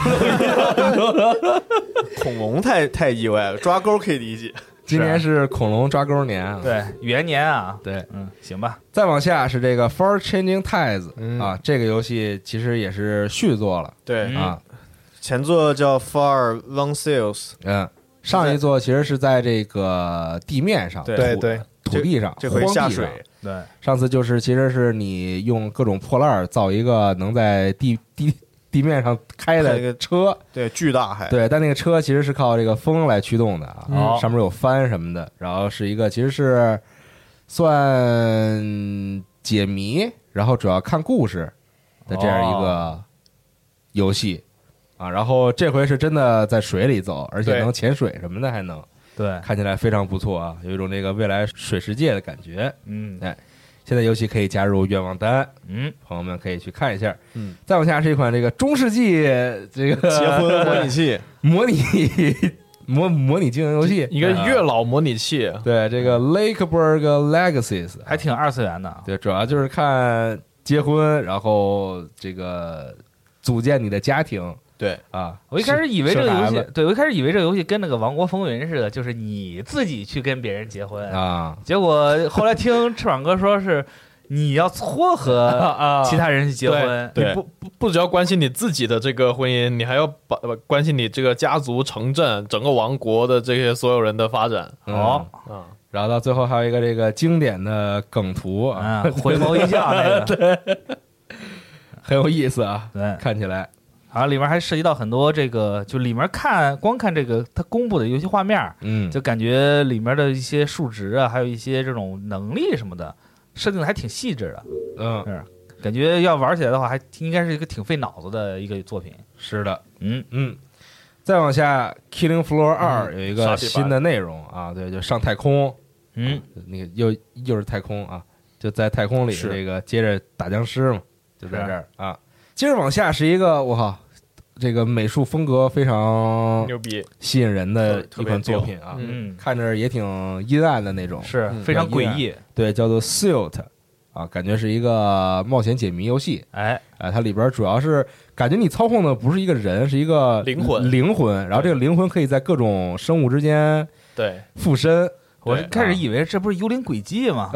C: 恐龙太太意外了，抓钩可以理解。
E: 嗯
B: 今年是恐龙抓钩年啊，
D: 对，元年啊，
B: 对，
D: 嗯，行吧，
B: 再往下是这个 For Changing Tides、
E: 嗯
B: 啊，这个游戏其实也是续作了、
C: [LAUGHS] 对
D: 嗯，
B: 啊，
C: 前作叫 Far Long Sales，
B: 嗯，上一座其实是在这个地面上，
C: 对
E: 对
B: 土
E: 对，
B: 土地上，
C: 这回下
B: 荒地上
C: 水。
D: 对，
B: 上次就是其实是你用各种破烂儿造一个能在地地地面上开
C: 开一
B: 的
C: 个哎
B: 车，
C: 对，巨大还
B: 对，但那个车其实是靠这个风来驱动的啊，
D: 嗯
B: 上面有帆什么的，然后是一个其实是算解谜，然后主要看故事的这样一个游戏、啊，然后这回是真的在水里走，而且
E: 对
B: 能潜水什么的，还能
D: 对，
B: 看起来非常不错啊，有一种这个未来水世界的感觉。
D: 嗯
B: 现在游戏可以加入愿望单，
D: 嗯，
B: 朋友们可以去看一下。
C: 嗯，
B: 再往下是一款这个中世纪这个
D: [LAUGHS]
C: 结
E: 呃
C: 婚模拟器，
B: 模拟模模拟经营游戏，
E: 一个
B: 啊
E: 月老 [LAUGHS] 模拟器，
B: 对这个 Lakeburg Legacies，
D: 嗯还挺二次元的，
B: 对，主要就是看结婚，然后这个组建你的家庭
C: 对，
B: 啊。
D: 我一开始以为这个
B: 生
D: 游
B: 孩
D: 戏
B: 子，
D: 对我一开始以为这个游戏跟那个《王国风云》似的，就是你自己去跟别人结婚，
B: 啊，
D: 结果后来听翅膀哥说是你要撮合
E: 啊
D: 其他人去结婚，
C: 对
E: 你不不不只要关心你自己的这个婚姻，你还要把把关心你这个家族、城镇、整个王国的这些所有人的发展
B: 嗯
D: 哦，
E: 啊。
B: 然后到最后还有一个这个经典的梗图啊，
D: 嗯，回眸一笑那个，对
B: 很有意思啊，
D: 对，
B: 看起来
D: 好像里面还涉及到很多这个，就里面看光看这个它公布的游戏画面儿，
B: 嗯，
D: 就感觉里面的一些数值啊，还有一些这种能力什么的，设定的还挺细致的，
B: 嗯
D: 感觉要玩起来的话，还应该是一个挺费脑子的一个作品。
B: 是的，
D: 嗯，
B: 嗯。再往下，《Killing Floor 二》有一个
E: 刷地板
B: 新的内容啊，对，就上太空，
D: 嗯，
B: 那个又又是太空啊，就在太空里
C: 是
B: 这个接着打僵尸嘛，就在
D: 是
B: 这儿啊。接着往下是一个我靠，这个美术风格非常
E: 牛逼，
B: 吸引人的
C: 特
B: 一
C: 别
B: 款作
C: 屌
B: 品啊，
D: 嗯，
B: 看着也挺阴暗的那种，
D: 是
E: 嗯
D: 非常
B: 蛮意外啊
D: 诡异。
B: 对，叫做 Silt 啊，感觉是一个冒险解谜游戏。
D: 哎，
B: 哎，它里边主要是感觉你操控的不是一个人，是一个
E: 灵魂
B: 灵魂。然后这个灵魂可以在各种生物之间
E: 对，
B: 附身，
D: 我
E: 对
D: 开
B: 啊
D: 始以为这不是幽灵轨迹吗？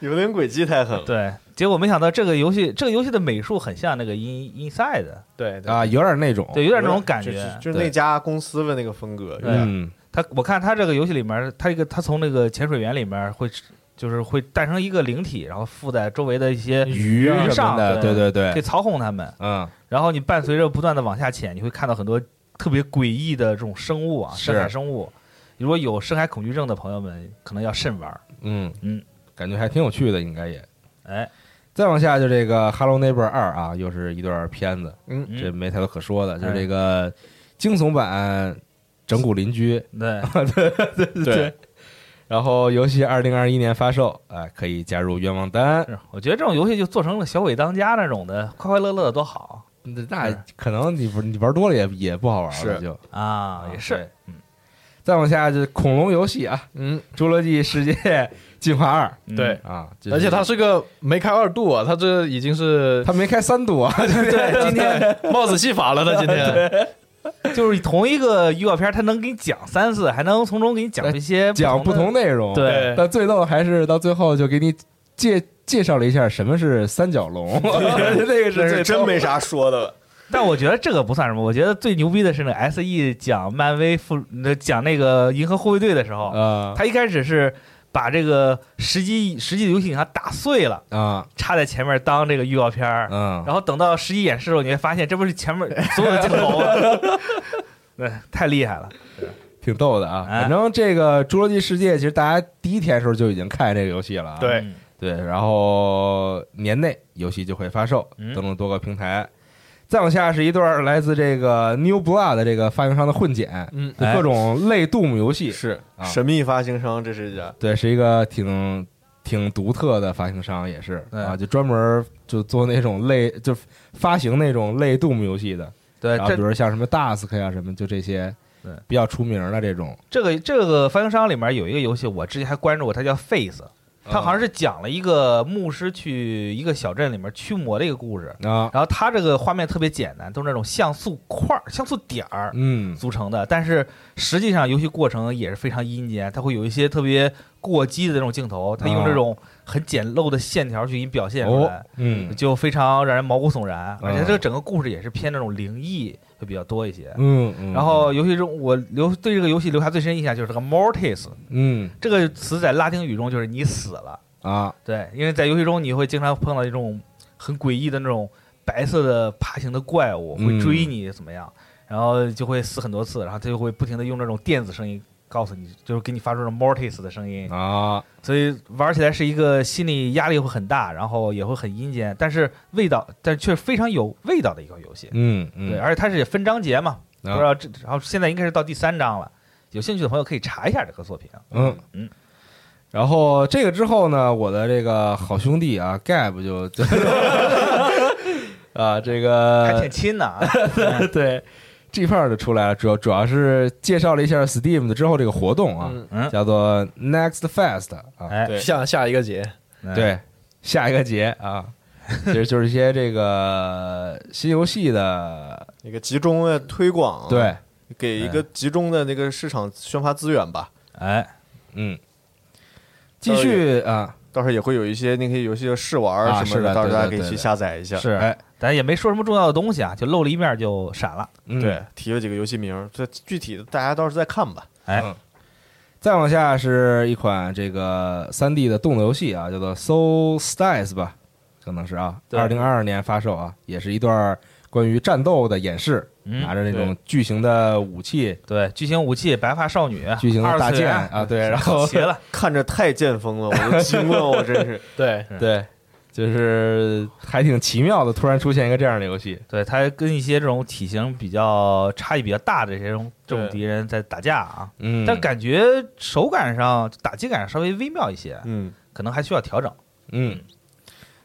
C: 有点轨迹太狠了。
D: 对，结果没想到这个游戏，这个游戏的美术很像那个 In Inside，
E: 对对
B: 啊，有点那种。
D: 对，有点那种感
C: 就
D: 觉
C: 是。就是那家公司的那个风格，
D: 对
B: 嗯，
D: 他我看他这个游戏里面，他一个他从那个潜水员里面会就是会诞生一个灵体，然后附在周围的一些
B: 鱼
D: 鱼
B: 什么
D: 上
B: 的，对
D: 对
B: 对
D: 可以
B: 对，
D: 操控他们，
B: 嗯，
D: 然后你伴随着不断的往下潜，你会看到很多特别诡异的这种生物啊，
B: 是
D: 深海生物。如果有深海恐惧症的朋友们，可能要慎玩儿。
B: 嗯
D: 嗯，
B: 感觉还挺有趣的，应该也。
D: 哎，
B: 再往下就这个《Hello Neighbor 二》啊，又是一段片子，
D: 嗯
B: 这没太多可说的，就是这个惊悚版《整蛊邻居》，
D: 对，
E: 对，
B: 然后游戏二零二一年发售，哎，可以加入愿望单，
D: 是我觉得这种游戏就做成了小鬼当家那种的，快快乐乐的多好
B: 那那
D: 是
B: 可能你不你玩多了也也不好玩了
C: 是
B: 就
D: 啊！也是，。
B: 对
D: 嗯
B: 再往下就是恐龙游戏啊，
E: 嗯
B: 《侏罗纪世界进化二
D: 嗯
E: 对，》
B: 啊，就是
E: 而且它是个没开二度啊，它这已经是
B: 它没开三度啊，
D: 对，今天
E: 帽子戏法了，它今天
D: 就是同一个预告片儿，它能给你讲三次，还能从中给你讲一些
B: 讲不
D: 不同
B: 同内容。
D: 的，对，
B: 但最逗还是到最后就给你介介绍了一下什么是三角龙， [LAUGHS] 那个
C: 这
B: 是
C: 是
B: 最
C: 真
B: 逗
C: 没啥说的了。
B: [LAUGHS]
D: 但我觉得这个不算什么，我觉得最牛逼的是那 S E 讲漫威复那讲那个银河护卫队的时候，
B: 啊
D: 他一开始是把这个实际实际的游戏给它打碎了，
B: 啊
D: 插在前面当这个预告片儿，
B: 嗯，
D: 然后等到实际演示的时候，你会发现这不是前面所有的镜头， [LAUGHS] 对，太厉害了，
B: 挺逗的啊。
D: 哎
B: 反正这个《侏罗纪世界》其实大家第一天的时候就已经看这个游戏了啊，
E: 对
D: 嗯，
B: 对，然后年内游戏就会发售，
D: 嗯
B: 登陆多个平台。再往下是一段来自这个 New Blood 的这个发行商的混剪，
E: 嗯
D: 哎
B: 就各种类 Doom 游戏，
C: 是
B: 啊
C: 神秘发行商，这是一家
B: 对，是一个挺挺独特的发行商，也是
D: 对
B: 啊，就专门就做那种类就发行那种类 Doom 游戏的，
D: 对，
B: 然后
D: 哎这
B: 啊比如像什么 Dusk 呀、什么，就这些
D: 对
B: 比较出名的这种，
D: 这个这个发行商里面有一个游戏，我之前还关注过，它叫 Face，它好像是讲了一个牧师去一个小镇里面驱魔的一个故事。
B: 啊，
D: 然后它这个画面特别简单，都是那种像素块儿、像素点儿
B: 嗯，
D: 组成的，但是实际上游戏过程也是非常阴间，它会有一些特别过激的这种镜头，它用这种很简陋的线条去给你表现出
B: 啊哦
D: 来，，
B: 嗯
D: 就非常让人毛骨悚然。而且
B: 嗯
D: 这个整个故事也是偏那种灵异会比较多一些。
B: 嗯，嗯
D: 然后游戏中我留对这个游戏留下最深印象就是这个 mortis
B: 嗯
D: 这个词在拉丁语中就是你死了，
B: 啊，
D: 对，因为在游戏中你会经常碰到一种很诡异的那种白色的爬行的怪物
B: 嗯
D: 会追你怎么样，然后就会死很多次，然后它就会不停的用那种电子声音告诉你，就是给你发出那种 mortis 的声音，
B: 啊，
D: 所以玩起来是一个心理压力会很大，然后也会很阴间，但是味道但却非常有味道的一个游戏，
B: 嗯嗯，
D: 对，而且它是也分章节嘛，
B: 啊
D: 不知道这，然后现在应该是到第三章了，有兴趣的朋友可以查一下这个作品。
B: 嗯
D: 嗯。
B: 然后这个之后呢，我的这个好兄弟啊，Gab [LAUGHS] 就就啊，这
D: 还
B: 个
D: 挺亲的啊，
B: [LAUGHS] 对 G 胖就出来了，主要主要是介绍了一下 Steam 的之后这个活动啊，
E: 嗯，
D: 嗯，
B: 叫做 Next Fest 啊，
D: 哎，
C: 对
E: 下下一个节，
D: 嗯，
B: 对，下一个节啊，其实就是一些这个新游戏的，
C: 一个集中的推广，，啊
B: 对，
C: 给一个集中的那个市场宣发资源吧。
D: 哎，
B: 嗯，继续啊，
C: 到时候也会有一些那些游戏的试玩
B: 啊
C: 儿什么
B: 是的
C: 到时候大
B: 对对
C: 家可以
B: 对
C: 去
B: 对
C: 下载一下。
D: 是，
B: 哎，
D: 咱也没说什么重要的东西啊，就露了一面就闪了。
B: 嗯
C: 对，提了几个游戏名儿，这具体的大家到时候再看吧。
B: 哎
D: 嗯
B: 再往下是一款这个三 D 的动作游戏啊，叫做《Soul Styles》吧，可能是啊，
D: 对
B: 二零二二年发售啊，也是一段关于战斗的演示，拿
D: 嗯，
B: 着那种巨型的武器、
D: 对，巨型武器，白发少女，
B: 巨型的
D: 二
B: 大
D: 次
B: 剑
D: 元
B: 啊，对，然后
D: 邪了，
C: 看着太剑锋了，我都惊了，我真是。
E: [LAUGHS] 对
D: 嗯
B: 对，就是还挺奇妙的，突然出现一个这样的游戏，
D: 对他跟一些这种体型比较差异比较大的这种这种
E: 对
D: 敌人在打架啊，
B: 嗯
D: 但感觉手感上打击感上稍微微妙一些，
C: 嗯，
D: 可能还需要调整。
B: 嗯，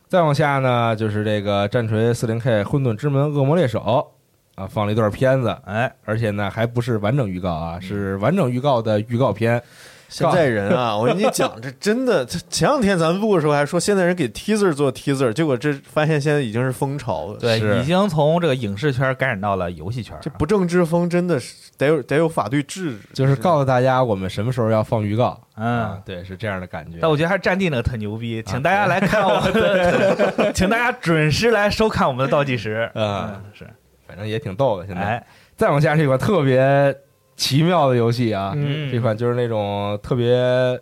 B: 再往下呢，就是这个战锤四零 K 混沌之门恶魔猎手啊，放了一段片子，
D: 哎，
B: 而且呢还不是完整预告啊，是完整预告的预告片。
C: 现在人
E: [LAUGHS]
C: 啊，我跟你讲，这真的，这前两天咱们录的时候还说现在人给 teaser 做 teaser，结果这发现现在已经是风潮了。
D: 对，
B: 是
D: 已经从这个影视圈感染到了游戏圈，
C: 这不正之风真的是得有得有法律制止，
B: 就是告诉大家我们什么时候要放预告啊
D: 嗯，。
B: 对，是这样的感觉。
D: 但我觉得还是战地那个特牛逼，请大家来看我们的，请大家准时来收看我们的倒计时。
B: 啊
D: 嗯，是，
B: 反正也挺逗的。现在
D: 哎，
B: 再往下是一款特别奇妙的游戏啊，
D: 嗯
B: 这款就是那种特别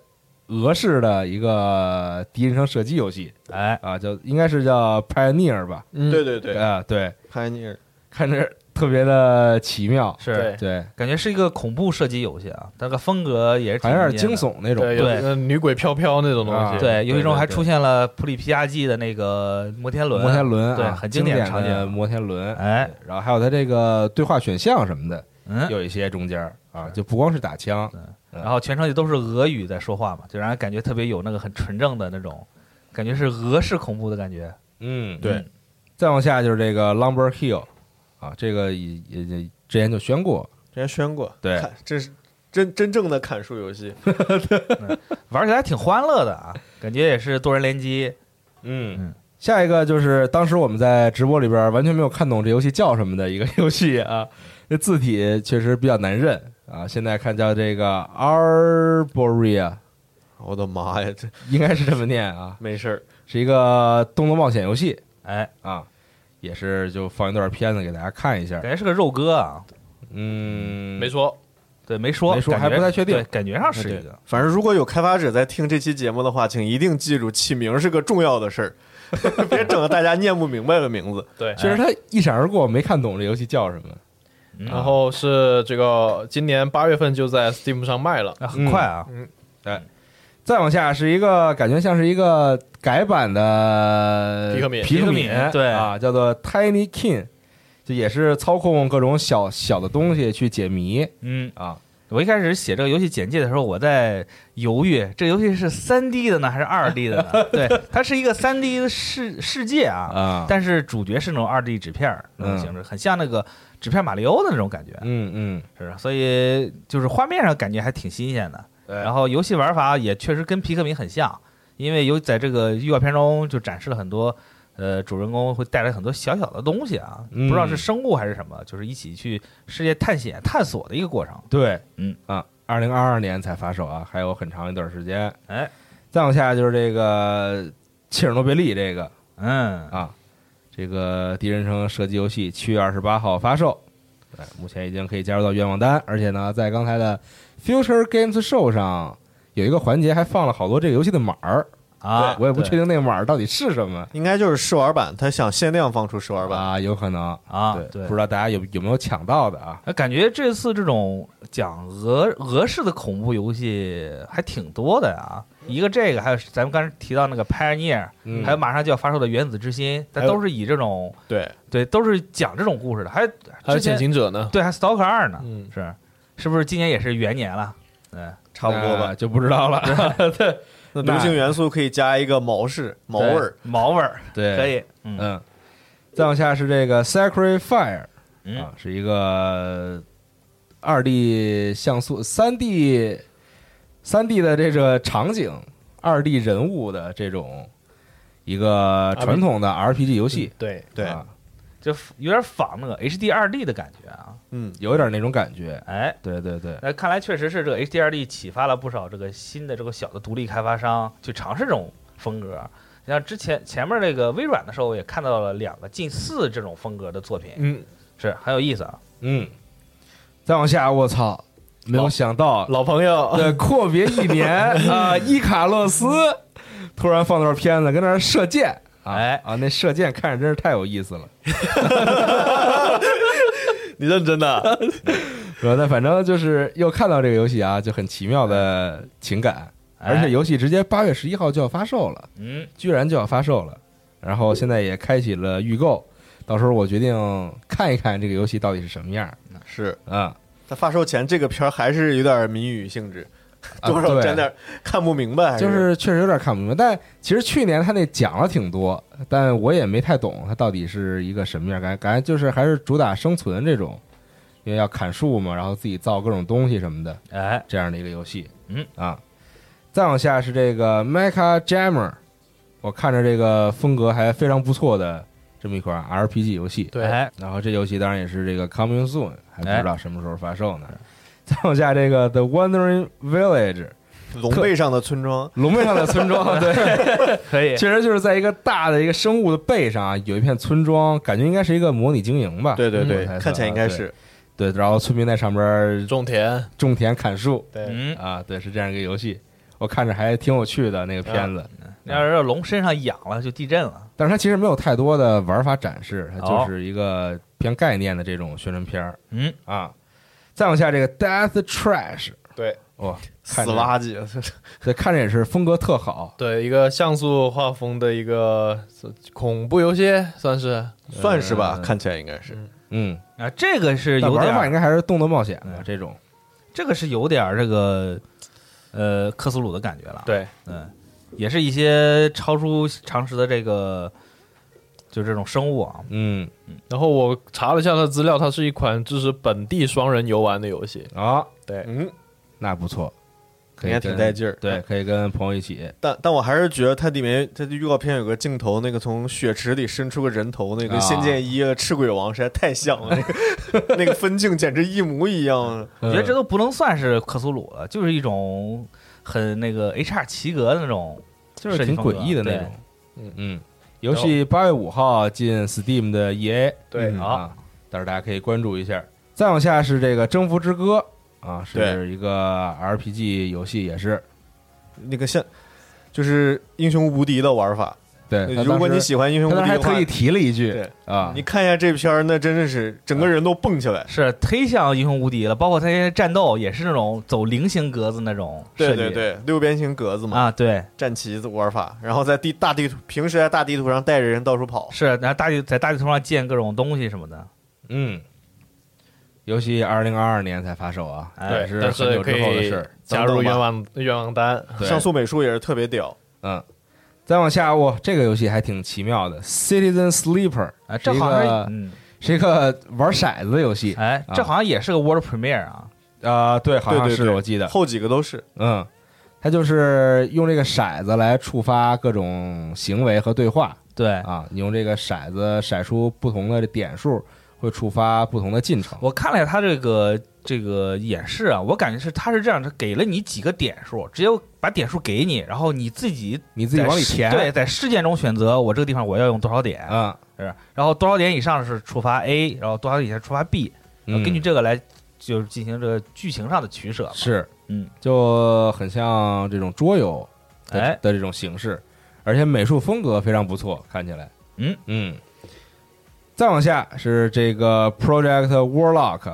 B: 俄式的一个第一人称射击游戏
D: 哎，
B: 啊，叫应该是叫 Pioneer 吧？
E: 嗯
C: 对对对，
B: 啊，对。
C: 拍你耳
B: 看着特别的奇妙，
D: 是
E: 对，
B: 对，
D: 感觉是一个恐怖射击游戏啊，那个风格也是挺
B: 还有
D: 阴
B: 点
D: 间的
B: 惊。悚那种。
E: 对，有呃女鬼飘飘那种东
B: 啊
E: 西，
D: 对，游戏中还
B: 对对
D: 出现了普里皮亚季的那个摩天轮，
B: 摩天轮啊
D: 对很
B: 经
D: 经典
B: 典
D: 场景
B: 的摩天轮，
D: 哎，
B: 然后还有它这个对话选项什么的，
D: 嗯，
B: 哎有一些中间儿啊，就不光是打枪，
D: 然后全程就都是俄语在说话嘛，就让人感觉特别有那个很纯正的那种，感觉是俄式恐怖的感觉。
B: 嗯，
D: 对。
B: 再往下就是这个 Lumber Hill 啊，这个也也也之前就宣过，
C: 之前宣过，
B: 对
C: 看，这是真真正的砍树游戏，
D: 玩起来还挺欢乐的啊，感觉也是多人联机，嗯
B: 嗯。下一个就是当时我们在直播里边完全没有看懂这游戏叫什么的一个 [LAUGHS] 游戏啊，那字体确实比较难认啊。现在看叫这个 Arboria，
C: 我的妈呀，这
B: 应该是这么念啊，
C: 没事儿，
B: 是一个动作冒险游戏
D: 哎，
B: 啊，也是就放一段片子给大家看一下
D: 感。觉是个肉鸽啊。
B: 嗯，
E: 没说，
D: 对，没说，
B: 没说
D: 感觉
B: 还不太确定嗯
D: 对感觉上是一个。
C: 反正如果有开发者在听这期节目的话，请一定记住起名是个重要的事儿， [LAUGHS] 别整得大家念不明白了名字。
E: 对，
B: 确实它一闪而过，没看懂这游戏叫什么。
D: 嗯
E: 然后是这个哦今年八月份就在 Steam 上卖了，
D: 啊很快啊，
B: 嗯再往下是一个感觉像是一个改版的
E: 皮克敏
B: 皮克
D: 皮克敏对
B: 啊，叫做 Tiny King，这也是操控各种小小的东西去解谜
D: 嗯，
B: 啊。
D: 我一开始写这个游戏简介的时候，我在犹豫这个游戏是三 D 的呢还是二 D 的
B: [LAUGHS]
D: 呢？对，它是一个三 D 的世世界啊，
B: 啊，
D: 但是主角是那种二 D 纸片儿那种
B: 嗯
D: 形式，很像那个纸片马里奥的那种感觉，
B: 嗯嗯，
D: 是吧？所以就是画面上感觉还挺新鲜的，
B: 然
D: 然后游戏玩法也确实跟皮克敏很像，因为有在这个预告片中就展示了很多，呃，主人公会带来很多小小的东西啊，
B: 嗯
D: 不知道是生物还是什么，就是一起去世界探险探索的一个过程。
B: 对，
D: 嗯
B: 啊，二零二二年才发售啊，还有很长一段时间。
D: 哎，
B: 再往下就是这个切尔诺贝利这个
D: 嗯，
B: 啊，这个第一人称射击游戏七月二十八号发售，对，目前已经可以加入到愿望单，而且呢，在刚才的 Future Games Show 上有一个环节还放了好多这个游戏的码儿，
D: 啊，
B: 我也不
D: 对
B: 确定那个码儿到底是什么
C: 应该就是试玩版，他想限量放出试玩版。
B: 啊，有可能
D: 啊，
B: 不知道大家有有没有抢到的啊？
D: 哎感觉这次这种讲俄俄式的恐怖游戏还挺多的呀，一个这个，还有咱们刚才提到那个 Pioneer，、
B: 嗯
D: 还有马上就要发售的《原子之心》，但
E: 还有
D: 都是以这种
C: 对，
D: 对都是讲这种故事的，还有
E: 还有
D: 之前
E: 潜行者呢，
D: 对，还 Stalker 二呢，
E: 嗯，
D: 是是不是今年也是元年了？嗯，
C: 差不多吧
B: 那。就不知道了。
C: 那流行元素可以加一个毛式毛味儿，
D: 对，毛味儿
B: 对，
D: 可以，嗯
B: 嗯，再往下是这个 Sacrifice
D: 嗯
B: 啊，是一个二 D 像素、三 D、三 D 的这个场景、二 D 人物的这种一个传统的 RPG 游戏，
E: 对，
C: 对，
B: 啊
D: 就有点仿那个 HD 二 D 的感觉啊，
C: 嗯，
B: 有点那种感觉。
D: 哎。
B: 对对对，
D: 那看来确实是这个 HDRD 启发了不少这个新的这个小的独立开发商去尝试这种风格。你像之前前面这个微软的时候，我也看到了两个近似这种风格的作品，
E: 嗯，
D: 是很有意思啊。
B: 嗯，再往下，我操，没有想到，
E: 老朋友，
B: [LAUGHS] 对，阔别一
D: [LAUGHS]
B: 年啊，伊卡洛斯突然放段片子，跟那儿射箭。啊
D: 哎
B: 啊，那射箭看着真是太有意思了。
E: 你认真的，
B: 呃，但反正就是又看到这个游戏啊，就很奇妙的情感，
D: 哎
B: 而且游戏直接八月十一号就要发售了，
D: 嗯，
B: 居然就要发售了，然后现在也开启了预购，到时候我决定看一看这个游戏到底是什么样儿
C: [LAUGHS] 是
B: 啊。
C: 它发售前这个片儿还是有点谜语性质，
B: 啊
C: 多少
B: 对
C: 沾点儿看不明白，还
B: 就是确实有点看不明白。但其实去年他那讲了挺多，但我也没太懂他到底是一个什么样，感觉感觉就是还是主打生存这种，因为要砍树嘛，然后自己造各种东西什么的
D: 哎，
B: 这样的一个游戏。
D: 嗯
B: 啊，再往下是这个 Mecha Jammer，我看着这个风格还非常不错的这么一款 RPG 游戏。
E: 对
D: 哎，
B: 然后这游戏当然也是这个 coming soon，还不知道什么时候发售呢。再往下这个 The Wandering Village，
C: 龙背上的村庄，
B: 龙背上的村庄， [LAUGHS] 对，[LAUGHS]
D: 可以，
B: 确实就是在一个大的一个生物的背上啊，有一片村庄，感觉应该是一个模拟经营吧？
C: 对对
E: 嗯
C: 对
B: 我猜，测
C: 看起来应该
B: 啊
C: 是
B: 对，然后村民在上边
E: 种田，
B: 种田砍树
E: 对，
D: 嗯，
B: 啊，对，是这样一个游戏。我看着还挺有趣的那个片子，
D: 要是龙身上痒了就地震了，
B: 但是它其实没有太多的玩法展示，它
D: 哦
B: 就是一个偏概念的这种宣传片儿
D: 嗯，
B: 啊。再往下这个 Death Trash，
E: 对，
B: 哇，
C: 死
B: 看着
C: 垃圾，
B: 这看着也是风格特好，
E: 对，一个像素画风的一个恐怖游戏，算是
C: 算是吧，
B: 呃
C: 看起来应该是
B: 嗯，
D: 啊，这个是
B: 但
D: 有
B: 玩
D: 点
B: 法应
D: 儿，
B: 该还是动作冒险的这种。
D: 这个是有点儿这个，呃，克苏鲁的感觉了，，
E: 对，
D: 嗯，也是一些超出常识的这个，就这种生物啊，
B: 嗯，
E: 然后我查了一下它的资料，它是一款支持本地双人游玩的游戏。
B: 啊、
E: 对，
C: 嗯，
B: 那不错，可
C: 应
B: 以
C: 该挺
B: 跟
C: 带劲儿。
B: 对，，可以跟朋友一起。
C: 但但我还是觉得它里面它的预告片有个镜头，那个从血池里伸出个人头，那个
B: 啊
C: 《仙剑一》的赤鬼王实在太像了，那
B: [LAUGHS]
C: 个那个分镜简直一模一样。啊
B: 我
D: 我觉得这都不能算是克苏鲁了，就是一种很那个 HR 齐格的那种，
B: 就是挺诡异的那
D: 设计风
B: 种
D: 格。
B: 嗯嗯，游戏八月五号进 Steam 的 EA，
E: 对
B: 嗯
D: 好
B: 啊，到时候大家可以关注一下。再往下是这个《征服之歌》啊，是
C: 对
B: 一个 RPG 游戏，也是
C: 那个像就是英雄无敌的玩法，
B: 对。他
C: 如
B: 当
C: 果
B: 时
C: 你喜欢英雄
B: 他
C: 无
B: 当
C: 敌
B: 时还
C: 的
B: 特
C: 话
B: 意，提了一句
C: 对
B: 啊
C: 你，看一下这片儿，那真的是整
B: 嗯
C: 个人都蹦起来。
D: 是忒像英雄无敌了，包括他那些战斗也是那种走菱形格子那种
C: 对
D: 设计，
C: 对对，六边形格子嘛，
D: 啊，对，
C: 战旗子玩法，然后在地大地图，平时在大地图上带着人到处跑。
D: 是，然后大地在大地图上建各种东西什么的，
B: 嗯。游戏二零二二年才发售啊，
D: 哎
B: 也
E: 对，
B: 是
E: 但
B: 很久
E: 是
B: 之
E: 可
B: 后的
E: 以
B: 事儿。
E: 加入愿望愿望单，
B: 对
C: 上素美术也是特别屌，
B: 嗯，再往下，哇，这个游戏还挺奇妙的，《Citizen Sleeper》
D: 啊，
B: 是
D: 这
B: 一
D: 好像是
B: 个
D: 嗯，
B: 是一个玩骰子的游戏
D: 哎，这好像也是个 World Premiere 啊，
B: 啊、对，好像
C: 对对
B: 是
C: 对
B: 我记得，
C: 后几个都是。
B: 嗯，它就是用这个骰子来触发各种行为和对话
D: 对。
B: 啊，你用这个骰子骰出不同的点数，会触发不同的进程。
D: 我看了一下他这个这个演示啊，我感觉是他是这样，他给了你几个点数，直接把点数给你，然后你自己
B: 你自己
D: 在
B: 往里
D: 事
B: 填，
D: 对，在事件中选择我这个地方我要用多少点，
B: 啊，
D: 是，然后多少点以上是触发 A，然后多少点以下触发 B，然
B: 嗯
D: 后根据这个来就是进行这个剧情上的取舍嘛。
B: 是，
D: 嗯，
B: 就很像这种桌游的、
D: 哎
B: 的这种形式，而且美术风格非常不错，看起来，
D: 嗯
B: 嗯。再往下是这个 Project Warlock，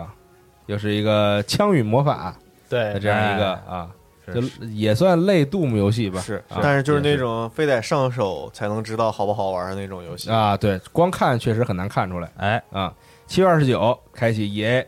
B: 又是一个枪与魔法的
E: 对，
B: 这样一个啊，就也算类 Doom 游戏吧，
C: 哎是，
B: 啊
C: 但是就是
B: 也
C: 那种非得上手才能知道好不好玩的那种游戏。
B: 啊，对，光看确实很难看出来
D: 哎，
B: 啊。七月二十九开启 EA，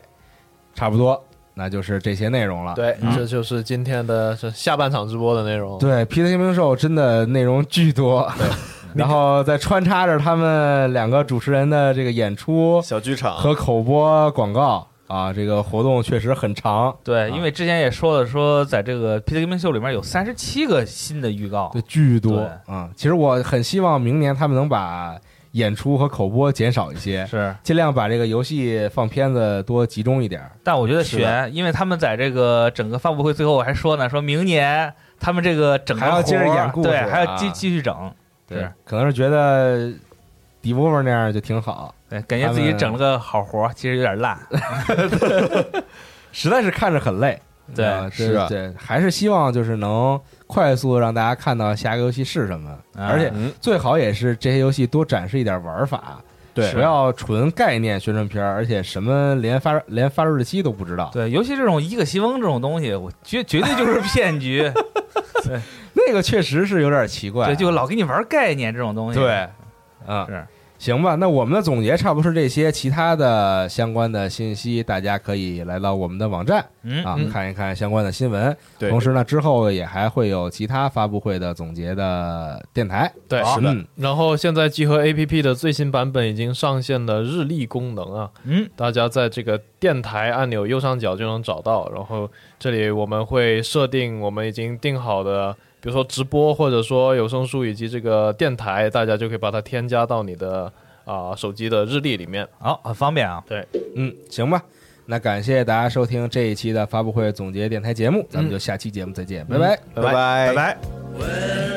B: 差不多，那就是这些内容了。
E: 对
D: 嗯，
E: 这就是今天的这下半场直播的内容。
B: 对，皮特新兵兽真的内容巨多， [LAUGHS] 然后再穿插着他们两个主持人的这个演出
C: 小剧场，
B: 和口播广告啊，这个活动确实很长，
D: 对，
B: 啊
D: 因为之前也说了，说在这个《皮特 m 秀》里面有三十七个新的预告
B: 对，，巨多
D: 对
B: 啊、其实我很希望明年他们能把演出和口播减少一些，
D: 是，
B: 尽量把这个游戏放片子多集中一点儿。
D: 但我觉得
B: 是的
D: 悬，因为他们在这个整个发布会最后还说呢，说明年他们这个整个
B: 还要接着
D: 活儿
B: 演故事
D: 对，还
B: 啊
D: 要继继续整，
B: 对
D: 是，
B: 可能是觉得 d 波 v e 那样就挺好，
D: 对，感觉
B: 他
D: 自己
B: 们
D: 整了个好活儿，其实有点烂，
B: 实在是看着很累。
D: 对，
B: 啊对
C: 是啊
B: 对，还是希望就是能快速地让大家看到下一个游戏是什么，而且
C: 嗯，
B: 最好也是这些游戏多展示一点玩法，
C: 对
B: 不要纯概念宣传片儿，而且什么连发连发售日期都不知道。
D: 对，尤其这种伊个西翁这种东西，我绝绝对就是骗局，
B: 那个确实是有点奇怪啊，
D: 对，就老给你玩概念这种东西。
B: 对，啊，
D: 是
B: 行吧，那我们的总结差不多是这些，其他的相关的信息大家可以来到我们的网站
D: 嗯
B: 啊
C: 嗯，
B: 看一看相关的新闻。
F: 对
B: 同时呢，之后也还会有其他发布会的总结的电台。
C: 对，
B: 好嗯
C: 然后现在集合 APP 的最新版本已经上线了日历功能啊，
D: 嗯，
C: 大家在这个电台按钮右上角就能找到。然后这里我们会设定我们已经定好的，比如说直播或者说有声书以及这个电台，大家就可以把它添加到你的啊、手机的日历里面。
D: 好，很方便啊。
B: 嗯，行吧，那感谢大家收听这一期的发布会总结电台节目，咱们就下期节目再见，拜拜。
F: 拜
D: 拜拜。
G: When